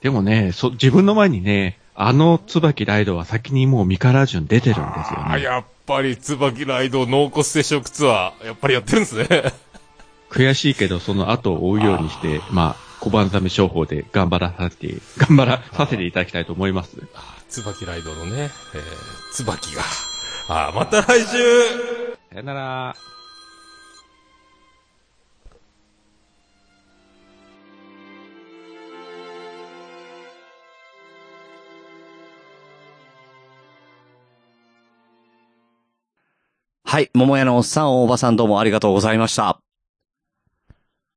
S5: でもね、そ自分の前にね、あの椿ライドは先にもうミカラジオに出てるんですよ
S4: ああ、
S5: ね。
S4: やっぱり椿ライド濃厚接触ツアー、やっぱりやってるんですね。
S5: 悔しいけど、その後を追うようにして、まあ、小判ざめ商法で頑張らさせて、頑張らさせていただきたいと思います。
S4: あー椿ライドのね、えー、椿が。ああ、また来週
S5: さよなら。
S2: はい。桃屋のおっさん、おばさんどうもありがとうございました。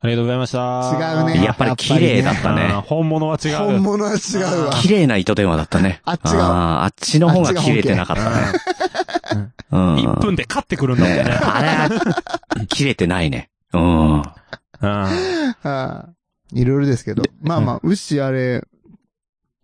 S1: ありがとうございました。
S3: 違うね
S2: やっぱり綺麗だっ
S1: あ
S2: た
S1: ー
S2: ね。
S1: 本物は違
S3: ー
S1: う。
S3: 本物は違うわ。
S2: 綺麗な糸電話だったね。
S3: あっちが。
S2: あーあっちの方が切れてなかったね。うん。
S1: 1分で勝ってくるんだもん
S2: ね
S1: ね。
S2: あれ、切れてないね。うん。
S1: うん
S3: うんいろいろですけど。まあまあ、うっしーあれ、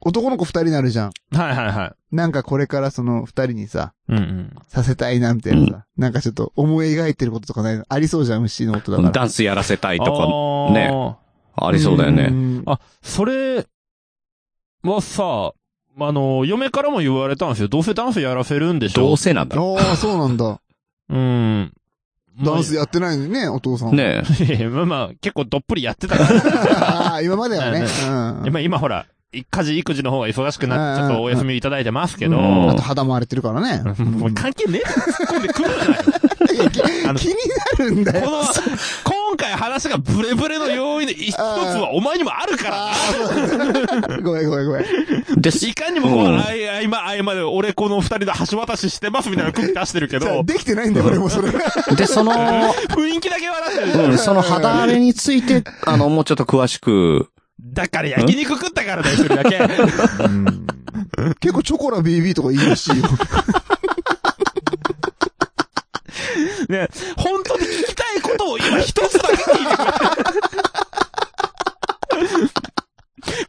S3: 男の子二人になるじゃん。
S1: はいはいは
S3: なんかこれからその二人にさ、
S1: い。うんうん。
S3: させたいなみたいなさ、なんかちょっと思い描いてることとかないのありそうじゃん、うっしーのことだから。
S2: ダンスやらせたいとか、
S1: あー
S2: ねありそうだよ
S3: う
S2: ね。
S3: ん。
S1: あ、それはさ、あの、嫁からも言われたんですよ。どうせダンスやらせるんでしょ
S2: どうせなんだろ
S3: ああ、そうなんだ。
S1: うん。
S3: ダンス
S1: や、
S3: やってないのにね、お父さん。
S2: う。。ねえ。
S1: いや まあまあ、結構どっぷりやってた から。
S3: あ あ、今まではね。うん。
S1: 今、今ほら、家事育児の方が忙しくなって、ちょっとお休みいただいてますけど、
S2: うん
S3: あと肌も荒れてるからね。
S1: も う関係ねえって突っ込んでくるじゃない
S3: いやき
S1: あの
S3: 気になる んだ
S1: こ
S3: よ。
S1: の、 今回話がブレブレの要因で一つはお前にもあるから
S3: あ
S1: な。
S3: あそうごめんごめんごめん。
S2: です。
S1: いかにもこ
S2: うん
S1: の、あい、あいま、あいまで、俺この二人で橋渡ししてますみたいな空気出してるけ
S3: じゃあ
S1: ど、
S3: できてないんだよ、俺もそれ。
S2: で、その、
S1: 雰囲気だけは出してるじゃ
S2: うんん、その肌荒れについて、あの、もうちょっと詳しく、
S1: だから焼肉食ったからだよ、一人だけ。
S3: 結構チョコラ BB とかいいらしいよ。
S1: ね、本当に聞きたいことを今一つだけ聞いてくれ。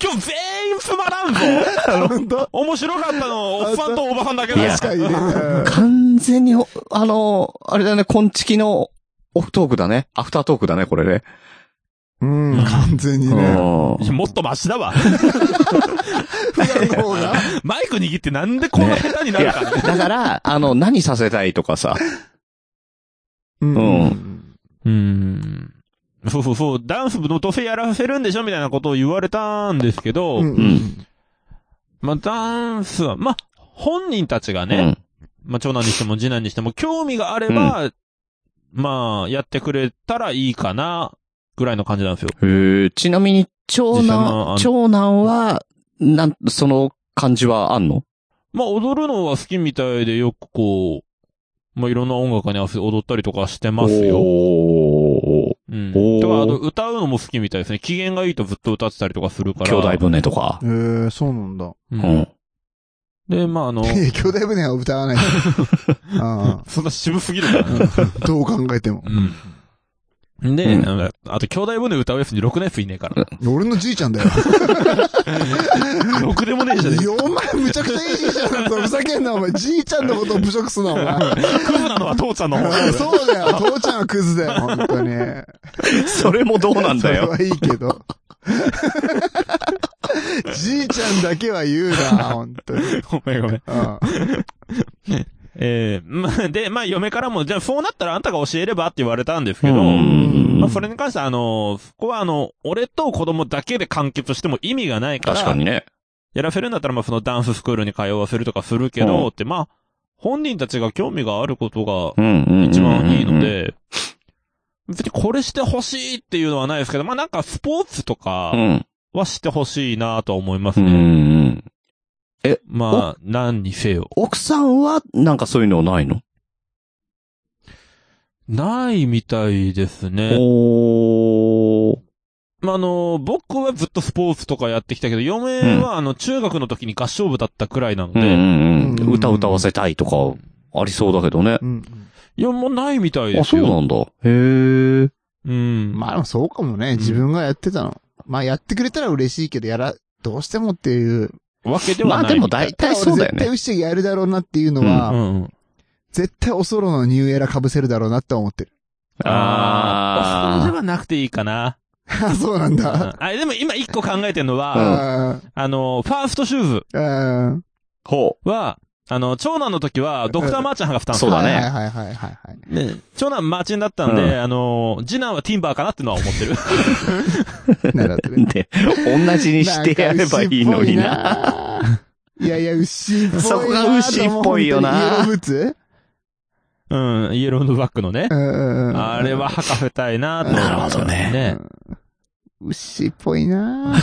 S1: 今日全員つまらんぞ。
S3: 本当
S1: 面白かったの、おっさんとおばさんだけだ
S2: い
S1: よ
S2: や
S3: 確かにね。うん
S2: 完全に、あの、あれだね、コンチキのオフトークだね。アフタートークだね、これね。
S3: うん、完全にね。
S2: う
S1: いやもっとマシだわ。
S3: 普段の方が。
S1: マイク握ってなんでこんな下手に
S2: ん。
S1: ないる
S2: や、
S1: かね。
S2: だから、あの、何させたいとかさ。
S3: う。
S2: うん
S1: うん。そうそうそう、ダンス部の女性やらせるんでしょみたいなことを言われたんですけど、
S3: うん。
S1: まあダンスは、まあ、本人たちが
S2: う
S1: ね、
S2: ん。
S1: まあ、長男にしても次男にしても、興味があれば、まあ、やってくれたらいいかな、ぐらいの感じなんですよ。
S2: へーちなみに、長
S1: 実際のあ
S2: 男、
S1: の
S2: 長男は、なん、その感じはあんの
S1: まあ、踊るのは好きみたいで、よくこう、まあ、いろんな音楽に合わせて踊ったりとかしてますよ。
S2: お
S1: うん。
S2: おー
S1: とか、あと、歌うのも好きみたいですね。機嫌がいいとずっと歌ってたりとかするから。
S2: 兄弟船とか
S3: え。ー、そうなんだ。
S1: う。
S2: うんん。
S1: で、まあ、 あの、
S3: え 兄弟船は歌わない。あ
S1: そんな渋すぎるから。
S3: あどう考えても。
S1: うん。で、
S2: うん
S1: なんかあと、兄弟船歌うやつにろくなやついねえ から。
S3: 俺のじいちゃんだよ。
S1: ろくでもねえじゃねえ
S3: いやお前、むちゃくちゃいいじいちゃんだぞ。ふざけんな、お前。じいちゃんのことを侮辱すな、お前。
S1: クズなのは父ちゃんの方
S3: そうだよ。父ちゃんはクズだよ、本当に。
S2: それもどうなん
S3: そ
S2: だ
S3: れ
S2: よ。
S3: はいいけど。じいちゃんだけは言うな、本当に。
S1: ごめんごめん。
S3: うん
S1: ええまあ、で、まあ、嫁からも、じゃあ、そうなったらあんたが教えればって言われたんですけど、
S2: うん
S1: まあ、それに関しては、あの、そこは、あの、俺と子供だけで完結しても意味がないから、
S2: 確かにね。
S1: やらせるんだったら、まあ、そのダンススクールに通わせるとかするけど、
S2: うん
S1: って、まあ、本人たちが興味があること
S2: うんうんうんう
S1: が
S2: ん。
S1: 一番いいの。で、別にこれしてほしいっていうのはないですけど、まあ、なんかスポーツと
S2: う
S1: か
S2: ん。
S1: はしてほしいなとは思います
S2: うんう
S1: ね。
S2: ん。
S1: まあ、何にせよ。
S2: 奥さんは、なんかそういうのないの
S1: ないみたいですね。
S2: おー。
S1: まあ、あの、僕はずっとスポーツとかやってきたけど、嫁は、あの、中学の時に合唱部だったくらいなの
S2: う
S1: で、
S2: んうん
S3: う
S2: うんん。歌歌わせたいとか、ありそうだけどね。
S3: うん。
S1: いや、もうないみたいで
S2: あ、
S1: す
S2: そう
S1: よ。
S2: なんだ。へえ。
S1: うん。
S3: まあでもそうかもね。自分がやってたの。まあやってくれたら嬉しいけど、やら、どうしてもっていう。
S1: わけで
S2: ま
S1: は
S2: あ
S1: ない。
S2: でも大体そうだよ
S3: 絶対
S2: ね。
S3: ウシがやるだろうなっていうのは、
S1: うんうん。
S3: 絶対おそろのニューエラ被せるだろうなって思ってる。
S1: ああ。それ
S2: あ
S1: はなくていいか な。
S3: あ、そうなん
S1: うん
S3: だ。
S1: あ、でも今一個考えてるのは、
S3: あ
S1: あの、ファーストシューズ
S3: ーあー
S2: あ。ほ
S1: は、あの、長男の時は、ドクターマーチャン派が負担
S2: そうだね
S3: はいはいはいはいはい。
S1: 長男マーチンだったんで、
S2: う
S1: あの、次男はティンバーかなってのは思 ってる。
S3: なるほど
S2: う。
S3: ね。
S2: で、同じにしてやればいいのにな。
S3: なんか 牛っぽいな。いやいや、牛っぽいな。
S2: そこが牛っぽいよな
S3: イエローブーツ
S1: うん、イエローのバックのね
S3: う。んう んうん。
S1: あれは吐かせたいなと。
S2: なるほど
S1: ね。
S2: ね
S3: 牛っぽいな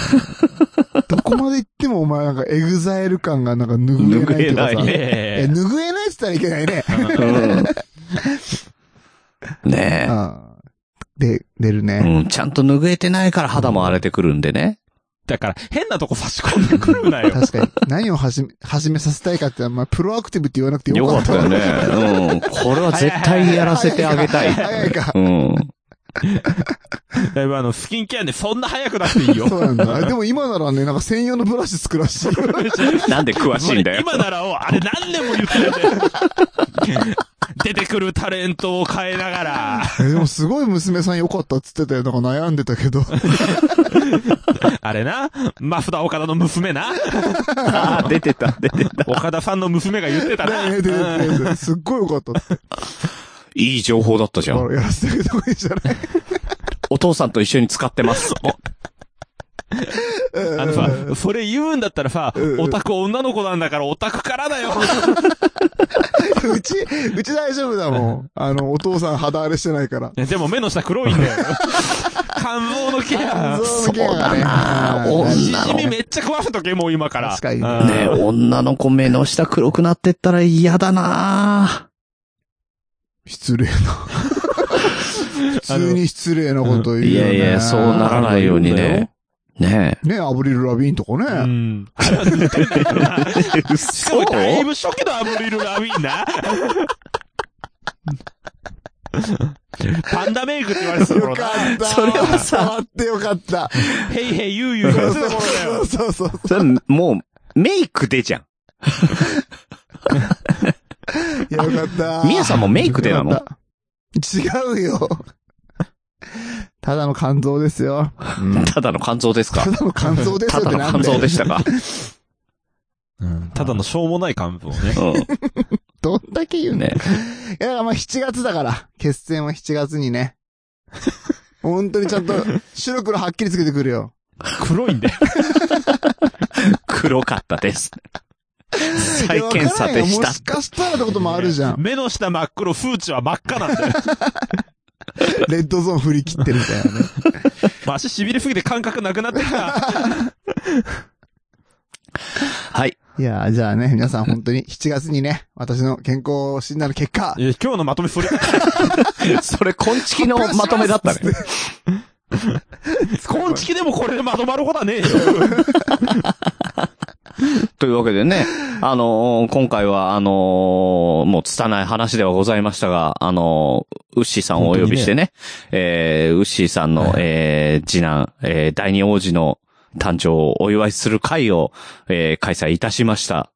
S3: どこまで行ってもお前なんかエグザイル感がなんか拭え
S2: 拭えな
S3: ないとか
S2: い
S3: さ。
S2: ね
S3: え、
S1: ええ
S3: 拭えないって言ったらいけな いね。
S2: うんね
S3: うんで、出る
S2: え。
S3: ね。
S2: うん、ちゃんと拭えてないから肌も荒れてくるんでね。
S1: だから、変なとこ差し込んでくるなよ。
S3: 確かに。何を始め、始めさせたいかって、まあ、プロアクティブって言わなくてよ
S2: よ
S3: か
S2: か
S3: っ。
S2: ったたよね。うん。これは絶対にやらせてあげたい。
S3: 早いか。
S2: うん。
S1: だいぶあの、スキンケアでそんな早くなっていいよ。
S3: そうなんだ。でも今ならね、なんか専用のブラシ作らしい。
S2: なんで詳しいんだよ。
S1: 今ならを、あれ何年も言ってて。出てくるタレントを変えながら、
S3: えでもすごい娘さんよかったっつってたよ。なんか悩んでたけど。
S1: あれな、マフダ岡田の娘な、
S2: あー出てた、出てた。
S1: 岡田さんの娘が言ってたな。
S3: ねでででですっごいよかったって。
S2: いい情報だったじゃ
S3: あ
S2: ん。
S3: らやらせてあげた方がいいじゃない
S2: お父さんと一緒に使ってます。
S1: あのさ、それ言うんだったらさ、
S3: うん
S1: オタク女の子なんだからオタクからだよ。
S3: うち、うち大丈夫だもん。あの、お父さん肌荒れしてないから。
S1: でも目の下黒いんだよ。肝臓のケア。
S3: そうだ
S2: な
S1: し
S2: 女
S1: じ
S2: の
S1: みめっちゃ食わせとけ、もう今から。
S3: 確かに
S1: うん
S2: ねえ女の子目の下黒くなってったら嫌だな
S3: 失礼な。普通に失礼なこと言うよ、ね。
S2: いやいや、そうならないようにね。ね
S3: ねアブリル・ラビーンとか
S1: う
S3: ね。
S1: ん。あれは似てんだよな
S2: え。
S1: しか
S2: そ
S1: もだいぶ初期のアブリル・ラビーンな。パンダメイクって言われてた
S3: よ
S1: 頃
S3: か
S1: な。
S3: った。
S2: それはさ
S3: 触ってよかった。
S1: ヘイヘイユーユー言われてた頃だ
S3: そう
S1: よ。
S3: そうそう。
S2: それもう、メイクでじゃん。
S3: いやよかった。
S2: みやさんもメイクでなの
S3: よかった違うよ。ただの肝臓ですよ。
S2: ただの肝臓ですか
S3: ただの肝臓です
S2: た
S3: よっ
S2: だ
S3: て
S2: の
S3: なん
S2: 肝臓
S3: で
S2: でしたか
S1: ただのしょうもない幹部をね。
S2: う。
S3: どんだけ言うんね。
S2: ね
S3: いや、だからまあ7月だから。決戦は7月にね。本当にちゃんと白黒はっきりつけてくるよ。
S1: 黒いんだよ。
S2: 黒かったです。再検査でし
S3: いやわからんよ
S2: た
S3: も。しかしたらってこともあるじゃん。
S1: 目の下真っ黒、風知は真っ赤なんだよ。
S3: レッドゾーン振り切ってるみたいなね。
S1: 足痺れすぎて感覚なくなってきた。
S2: はい。
S3: いやー、じゃあね、皆さん本当に7月にね、私の健康診断の結果、
S1: いや今日のまとめそれ、
S2: それ、こんちきのまとめだったね。
S1: 今月でもこれでまとまることはねえよ。
S2: というわけでね、あのー今回は、あのーもう拙い話ではございましたが、あのーウッシーさんをお呼びしてね、えーウッシーさんの、えー次男、えー第二王子の誕生をお祝いする会を、えー開催いたしました。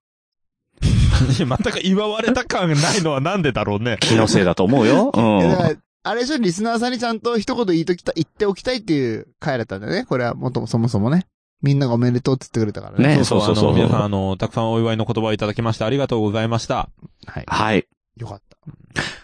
S1: いや全く祝われた感がないのはなんでだろうね。
S2: 気のせいだと思うよ。う
S3: いや
S2: ん。
S3: だからあれでしょ、リスナーさんにちゃんと一言言いときた、言っておきたいっていう回だったんだよね。これはもともそもそもね。みんながおめでとうって言ってくれたからね。
S2: ね、そうそうそ
S1: あの皆さん、
S2: う。
S1: あの、たくさんお祝いの言葉をいただきましてありがとうございました。
S3: はい。
S2: はい。
S3: よかった。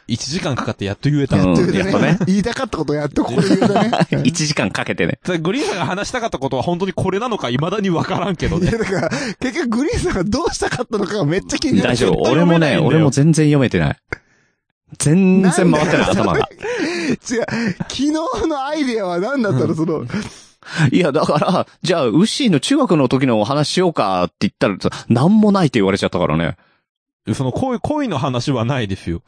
S1: 1時間かかってやっと言えた。
S2: うん
S3: という
S2: やっ
S3: こととで
S2: ね
S3: ね、言いたかったことをやっと ここで言うとね。
S2: 1時間かけてね。
S1: グリーンさんが話したかったことは本当にこれなのか未だにわからんけど
S3: い
S1: ね。
S3: や、だから、結局グリーンさんがどうしたかったのかがめっちゃ気になる。
S2: 大丈夫。
S1: 絶対
S2: 俺
S1: 読
S2: も
S1: めないんだ
S2: ね、
S1: よ
S2: 俺も全然読めてない。全然回ってない、頭が。
S3: 違う、昨日のアイデアは何だったのその、
S2: いや、だから、じゃあ、ウッシーの中学の時のお話しようかって言ったら、なんもないって言われちゃったからね。
S1: その恋、恋の話はないですよ。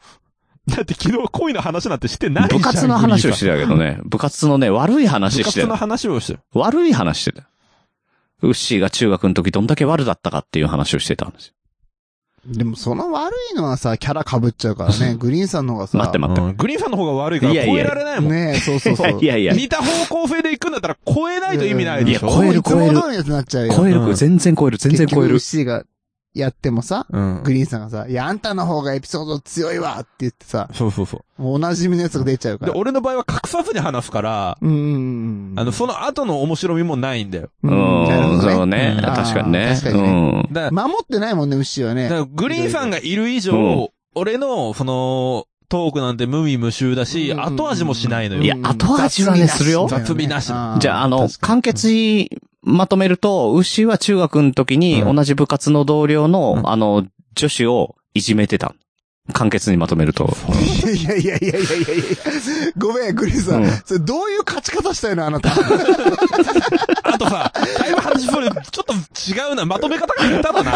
S1: だって昨日恋の話なんてしてないじゃん
S2: 部活の話をして
S1: る。
S2: たけどね。部活のね、悪い話
S1: 部
S2: して
S1: 活の
S2: た。
S1: 話をしてる。
S2: 悪い話してた。ウッシーが中学の時どんだけ悪だったかっていう話をしてたんですよ。
S3: でもその悪いのはさ、キャラ被っちゃうからね。グリーンさんの方がさ。
S2: 待って待っ
S1: うんグリーンさんの方が悪いから
S2: いやいや
S1: 超えられないもん。
S3: ねえ、そうそうそ う。
S2: て。いやいや、
S1: 似た方向性で行くんだったら超えないと意味ないでしょ。
S2: いや超える超える
S3: いつも通りのやつになっちゃうよ。
S2: 超え
S1: う
S2: る、
S1: ん
S2: 全然超える、全然超える。
S3: C がやってもさ、
S1: うん
S3: グ。リーンさんがさ、いや、あんたの方がエピソード強いわって言ってさ、
S1: そうそうそ
S3: もうお馴染みのやつが出ちゃう
S1: う。
S3: か
S1: で、
S3: ら。
S1: 俺の場合は隠さずに話すから、
S3: うんうんうん。
S1: あの、その後の面白みもないんだよ。
S2: う
S3: うんなるほ
S2: ん、
S3: ど
S2: そう
S3: ね。
S2: ね。
S1: うん
S2: 確かにね
S3: あ。ー確かに
S2: うん。
S1: だから
S3: 守ってないもんね、牛は
S1: だか
S3: ね。
S1: らグリーンさんがいる以上、
S2: うん
S1: 俺の、その、トークなんて無味無臭だし、
S3: うん
S1: 後味もしないのよ。
S2: いや後味はねするよ
S1: 雑味なし
S2: じゃあ、あの、
S3: か
S2: 簡潔にまとめると、ウッシーは中学の時に
S1: うん
S2: 同じ部活の同僚の、
S1: うん
S2: あの、女子をいじめてた。簡潔にまとめると。
S3: に。 いやいやいやいやいやいやごめん、グリーンさん
S2: うん。
S3: それどういう勝ち方したいの、あ なた。
S1: あとさ、だいぶ話それ、ちょっと違うな、まとめ方が下手だな。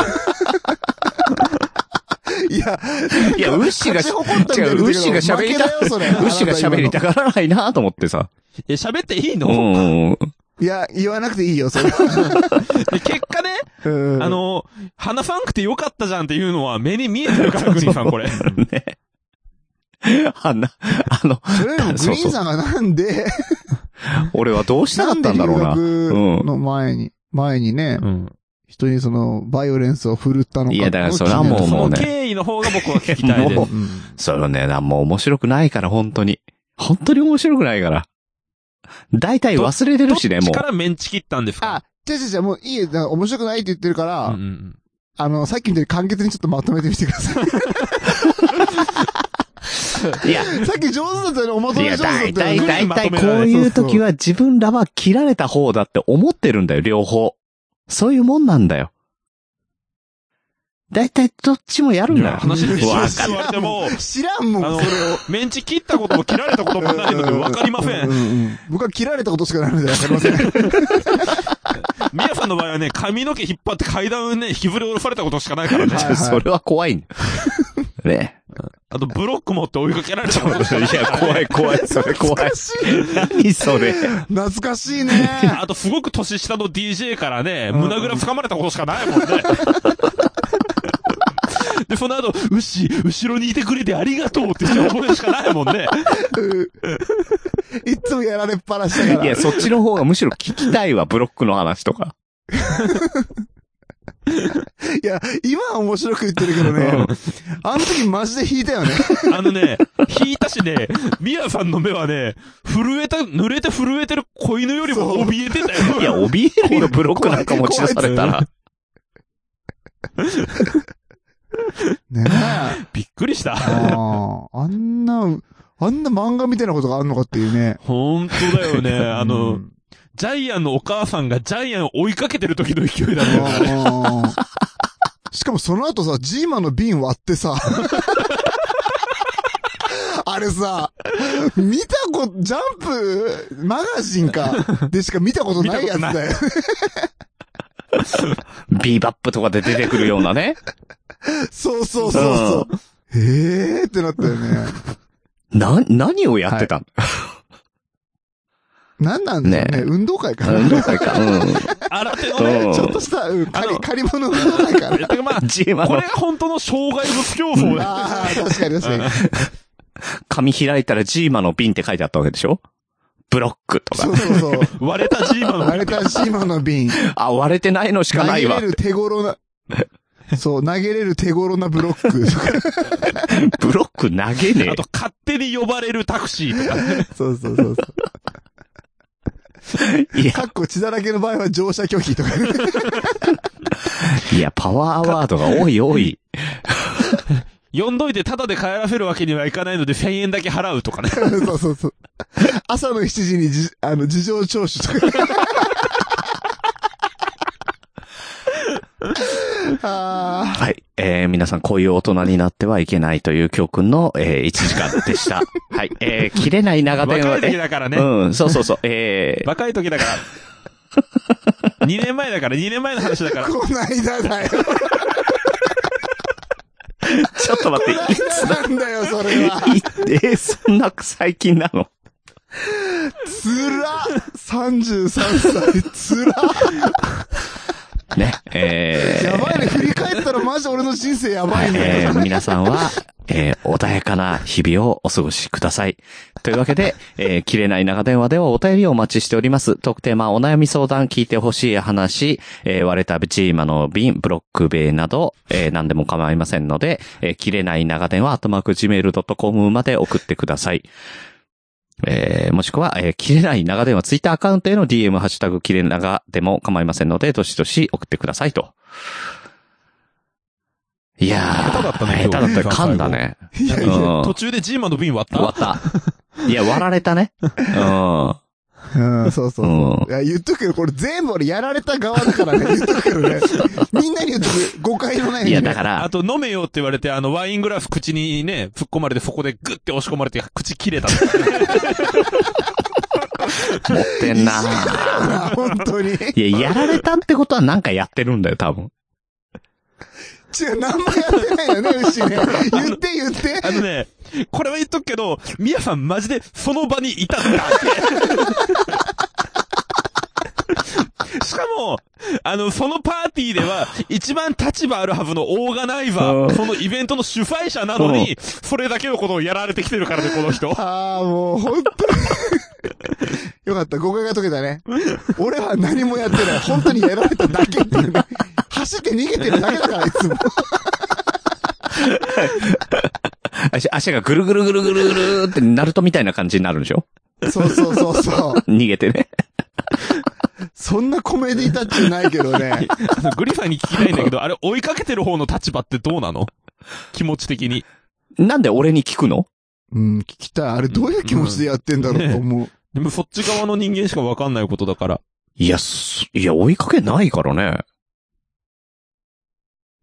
S3: いや、
S2: いや、ウッシーが、
S3: 勝ち誇ったみたいな
S2: 違う、ウッシーが喋りた
S3: 負けだよそれ、
S2: ウ ッシーが喋りたがらないなと思ってさ。
S1: え、喋っていいの、
S2: うんうんうん。
S3: いや、言わなくていいよ、 それは。
S1: で結果ね、
S3: うん
S1: あ、の、話さんくてよかったじゃんっていうのは目に見えてるから、グリーンさんこれ。
S2: あんな、あの、
S3: それよりもグリーンさんがなんで、
S2: 俺はどうしたかったんだろうな。
S3: んで留
S2: うん
S3: 学の前に、前にね、
S1: うん。
S3: 人にその、バイオレンスを振るったのか。
S2: いや、だからそれは
S3: も
S2: も
S3: う
S2: う
S1: そ
S2: もう
S1: の
S2: ね、
S1: 経緯の方が僕は聞きたいで
S2: も
S1: す
S2: う。それね、なんも面白くないから、本当に。本当に面白くないから。大体忘れて
S1: ど
S2: る
S1: っ
S2: しね、
S1: ち
S2: もう
S1: か。らメンチ切ったんです
S3: あ
S1: か、
S3: 違う違う違う、もういいよ、だから面白くないって言ってるから、
S1: うんうん
S3: あの、さっきみたいに簡潔にちょっとまとめてみてください。
S2: いや、
S3: さっき上手だったよね、おまと
S2: いや、
S3: め上手だった
S2: だ
S3: よ
S2: いたい、
S3: ね。
S2: だいたいこういう時は自分らは切られた方だって思ってるんだよ、両方。そういうもんなんだよ。だいたいどっちもやるん
S1: い
S2: だ
S1: や
S2: よ。
S1: 話に集
S2: わ
S1: 中
S2: か
S1: して言われても、
S3: 知らんもん、
S1: あの
S3: それを。
S1: メンチ切ったことも切られたこともないので分かりませ。
S3: うんうううん僕は切られたことしかないのでわかりません。
S1: みやさんの場合はね、髪の毛引っ張って階段をね、引きずり下ろされたことしかないからね。
S3: は い
S2: それは怖いんだよ。ね。
S1: あと、ブロック持って追いかけられたことしかない。
S2: いや、怖い怖い、それ怖い。何それ。
S3: 懐かしいね。
S1: あと、すごく年下の DJ からね、胸ぐら掴まれたことしかないもん ね。で、その後、うし、後ろにいてくれてありがとうってしか覚えしかないもんね。
S3: いっつもやられっぱなしだか
S2: い
S3: ら。
S2: や、そっちの方がむしろ聞きたいわ、ブロックの話とか。
S3: いや、今は面白く言ってるけどね。あの時マジで引いたよね。
S1: あのね、引いたしね、みやさんの目はね、震えた、濡れて震えてる子犬よりも怯えてたよ。
S2: いや、怯えるよ、ブロックなんか持ち出されたら。
S3: ねえ。
S1: びっくりした。
S3: あーあんな、あんな漫画みたいなことがあんのかっていうね。
S1: ほんとだよね。あ
S3: う
S1: の、
S3: ん
S1: ジャイアンのお母さんがジャイアンを追いかけてる時の勢いだね。
S3: あーしかもその後さ、ジーマの瓶割ってさ、あれさ、見たこと、ジャンプ、マガジンか、でしか見たことないやつだよ。
S2: ビーバップとかで出てくるようなね。
S3: そうそうそうそう。へーってなったよね。
S2: な、何をやってたの、
S3: なんなんだろうね。
S2: ね
S3: 運動会かな
S2: 運動会か。 う
S1: 新手の
S2: ん。
S1: ね、
S2: うん
S3: ちょっとした、うん、借
S1: あ
S3: り、
S1: の。
S3: 借り物運動会かな
S1: てかまあ、
S2: ジーマ
S1: これ
S2: の
S1: が本当の障害物競争だよ。
S3: ああ、確かに確かに。
S2: 紙開いたらジーマの瓶って書いてあったわけでしょブロックと
S3: そ
S2: か。
S3: うそうそう。
S1: 割れたジーマの
S3: 割れたシマの瓶。
S2: あ、割れてないのしか
S3: 投
S2: な
S3: げ
S2: いわ
S3: れ。る手頃 な、そう、投げれる手頃なブロックとか。
S2: ブロック投げね
S1: あと、勝手に呼ばれるタクシーとか。
S3: そうそう そうそう。
S2: え。いや
S3: か、っこ血だらけの場合は乗車拒否とかね。
S2: いや、パワーワードが多い多い。
S1: 呼んどいてタダで帰らせるわけにはいかないので1000円だけ払うとか ね。
S3: そうそうそう。朝の7時にじ、あの、事情聴取 とか。あ
S2: はい。えー、皆さん、こういう大人になってはいけないという教訓の、えー、1時間 でした。はい。えー、切れない長電
S1: 若
S2: 話
S1: い時
S2: で。
S1: だからね。
S2: うん、そうそうそう。えー、
S1: 若い時だ から。2年前だから、2年前の話だか
S3: あ、
S1: ら。
S3: こないだだよ。こ
S2: ちょっと待って、
S3: ないだなんだよ、それは。
S2: いえー、そんな最近なの
S3: つら !33 歳、 つら
S2: ね。えー、
S3: やばいね、振り返ったらマジ俺の人生やばい
S2: え
S3: ね。
S2: ー皆さんは、えー穏やかな日々をお過ごしください。というわけで、えー切れない長電話ではお便りをお待ちしております。特テーマ、お悩み相談、聞いてほしい話、えー割れたチーマの瓶、ブロック塀など、えー何でも構いませんので、えー切れない長電話、アットマーク gmail.com まで送ってください。えーもしくは、えー切れない長電話、ツイッターアカウントへの DM、ハッシュタグ、切れ長でも構いませんので、どしどし送ってくださいと。いやー。
S1: 下手だったね
S2: 下手だった。
S1: 今日
S2: 噛んだね。
S3: いやいや。
S2: うん
S1: 途中でジーマの瓶割った
S2: 割った。いや、割られたね。うん。
S3: うん、そうそうそう。いや、言っとくけど、これ全部俺やられた側だか らね、言っとくけどね。みんなに言っとく、誤解のないように
S2: いや、だか
S1: あ
S2: ら、
S1: と飲めよって言われて、あの、ワイングラス口にね、突っ込まれて、そこでグッて押し込まれて、口切れた。
S2: 持ってんな。
S3: あ 本当に。違
S2: いや、やられたってことはなんかやってるんだよ、多分。
S3: う、何もやってないよね、牛ね。言って言って。
S1: あのね、これは言っとくけど、ミヤさんマジでその場にいたんだ って。しかも、あの、そのパーティーでは、一番立場あるはずのオーガナイザ
S2: うん
S1: ー、そのイベントの主催者なのに、それだけのことをやられてきてるからね、この 人。
S3: ああ、もう、本当に。 よかった、誤解が解けたね。俺は何もやってない。本当にやられただけっていうね。走って逃げてるだけだから、いつも。
S2: 足、足がぐるぐるぐるぐるぐるってナルトみたいな感じになるんでしょ
S3: そうそうそうそう。
S2: 逃げてね。
S3: そんなコメディタッチないけどね。
S1: あの、グリファンに聞きたいんだ けど、あれ追いかけてる方の立場ってどうなの気持ち的に。
S2: なんで俺に聞くの
S3: うん、聞きたい。あれどういう気持ちでやってんだろうと思う。
S1: でもそっち側の人間しかわかんないことだ から。
S2: いや、すいや、追いかけないからね。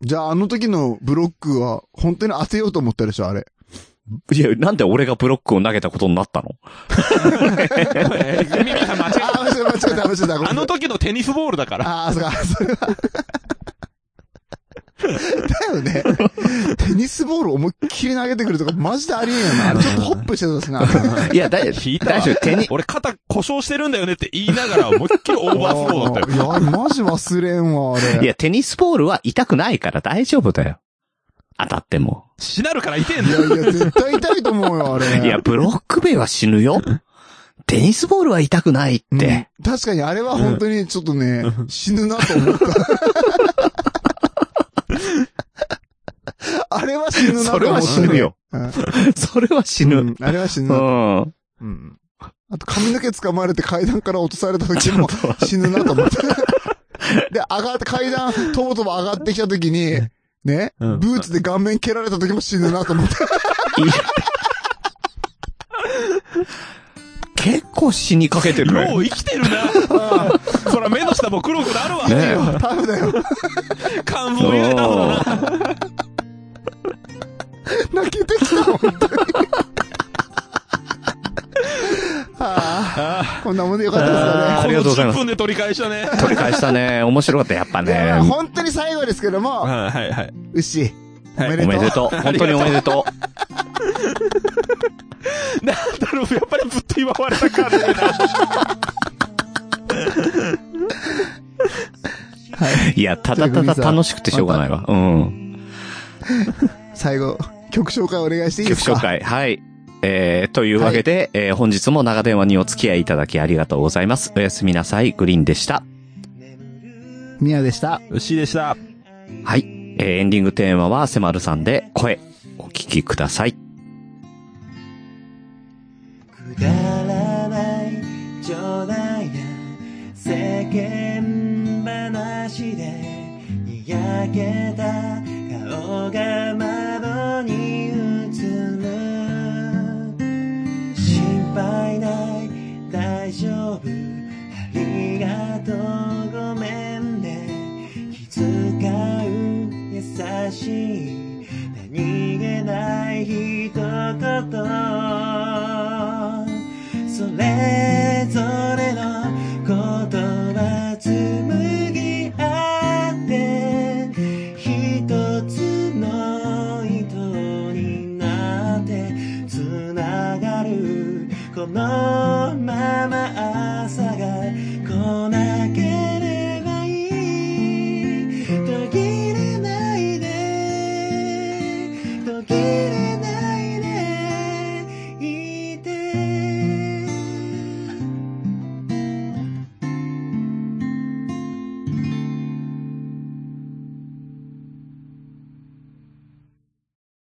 S3: じゃあ、あの時のブロックは、本当に当てようと思ったでしょ、あれ。
S2: いや、なんで俺がブロックを投げたことになったの
S1: ミヤさん間違え
S3: あ
S1: た。
S3: ー、間違えた、間違えた、間違えた。
S1: あの時のテニスボールだから。
S3: ああ、そうか、 それは。だよね。テニスボール思いっきり投げてくるとか、マジでありえんよな。ちょっとホップしてたしな。
S2: いや、だ い、
S1: 引いたわ
S2: 大丈夫、手に、
S1: 俺肩故障してるんだよねって言いながら思いっきりオーバースローだ ったよ。
S3: いや、マジ忘れんわ、あ
S2: い
S3: れ。
S2: や、テニスボールは痛くないから大丈夫だよ。当たっても。
S1: しなるから痛えん
S3: い
S1: だ
S3: や
S1: よ。
S3: いや、絶対痛いと思うよ、あれ。
S2: いや、ブロック塀は死ぬよ。テニスボールは痛くないっ
S3: うん
S2: て。
S3: 確かにあれは本当にちょっとね、死ぬなと思った。あれは死ぬなと思
S2: そ
S3: った、
S2: れは死ぬよ
S3: うん。
S2: それは死
S3: う
S2: ぬ。
S3: ん。あれは死ぬ
S2: う
S3: なと
S2: ん。
S3: うん。あと髪の毛掴まれて階段から落とされた時も死ぬなと思って。で、上がって、階段、とぼとぼ上がってきた時に、ね、
S1: うん
S3: ブーツで顔面蹴られた時も死ぬなと思って。
S2: いや結構死にかけてるね
S1: よ。う生きて るな。そら目の下も黒くなるわ。
S2: ね
S3: 多分だよ。
S1: 感動入れたもんな。
S3: 泣けてきたもん。本当にあーこんなもんでよかったですかね。
S2: ありがとうございます
S1: この10分で取り返したね。
S2: 取り返したね。面白かった、やっぱ
S3: い
S2: ね
S3: や。本当に最後ですけども、
S1: はいはいはい。
S3: 牛、おめ
S2: おめ
S3: で
S2: で
S3: と
S2: と
S3: う。
S2: う。本当におめでと
S1: なんだろう、やっぱりぶっと祝われた感じだな。
S2: う。いや、ただただ楽しくてしょうがないわ。うん。
S3: 最後、曲紹介お願いしていいで
S2: 曲
S3: すか
S2: 紹介。はい。えー、というわけで、えー本日も長電話にお付き合いいただきありがとうございます。おやすみなさい。グリーンでした。
S3: ミヤでした。
S1: 牛でした。
S2: はい。えーエンディングテーマは、せまるさんで、声、お聞きください。
S6: くだらない冗談や世間話でにやけた顔が窓に映る心配ない大丈夫ありがとうごめんね気遣う優しい何気ない一言それぞれの言葉紡ぎ合って一つの糸になって繋がるこのまま朝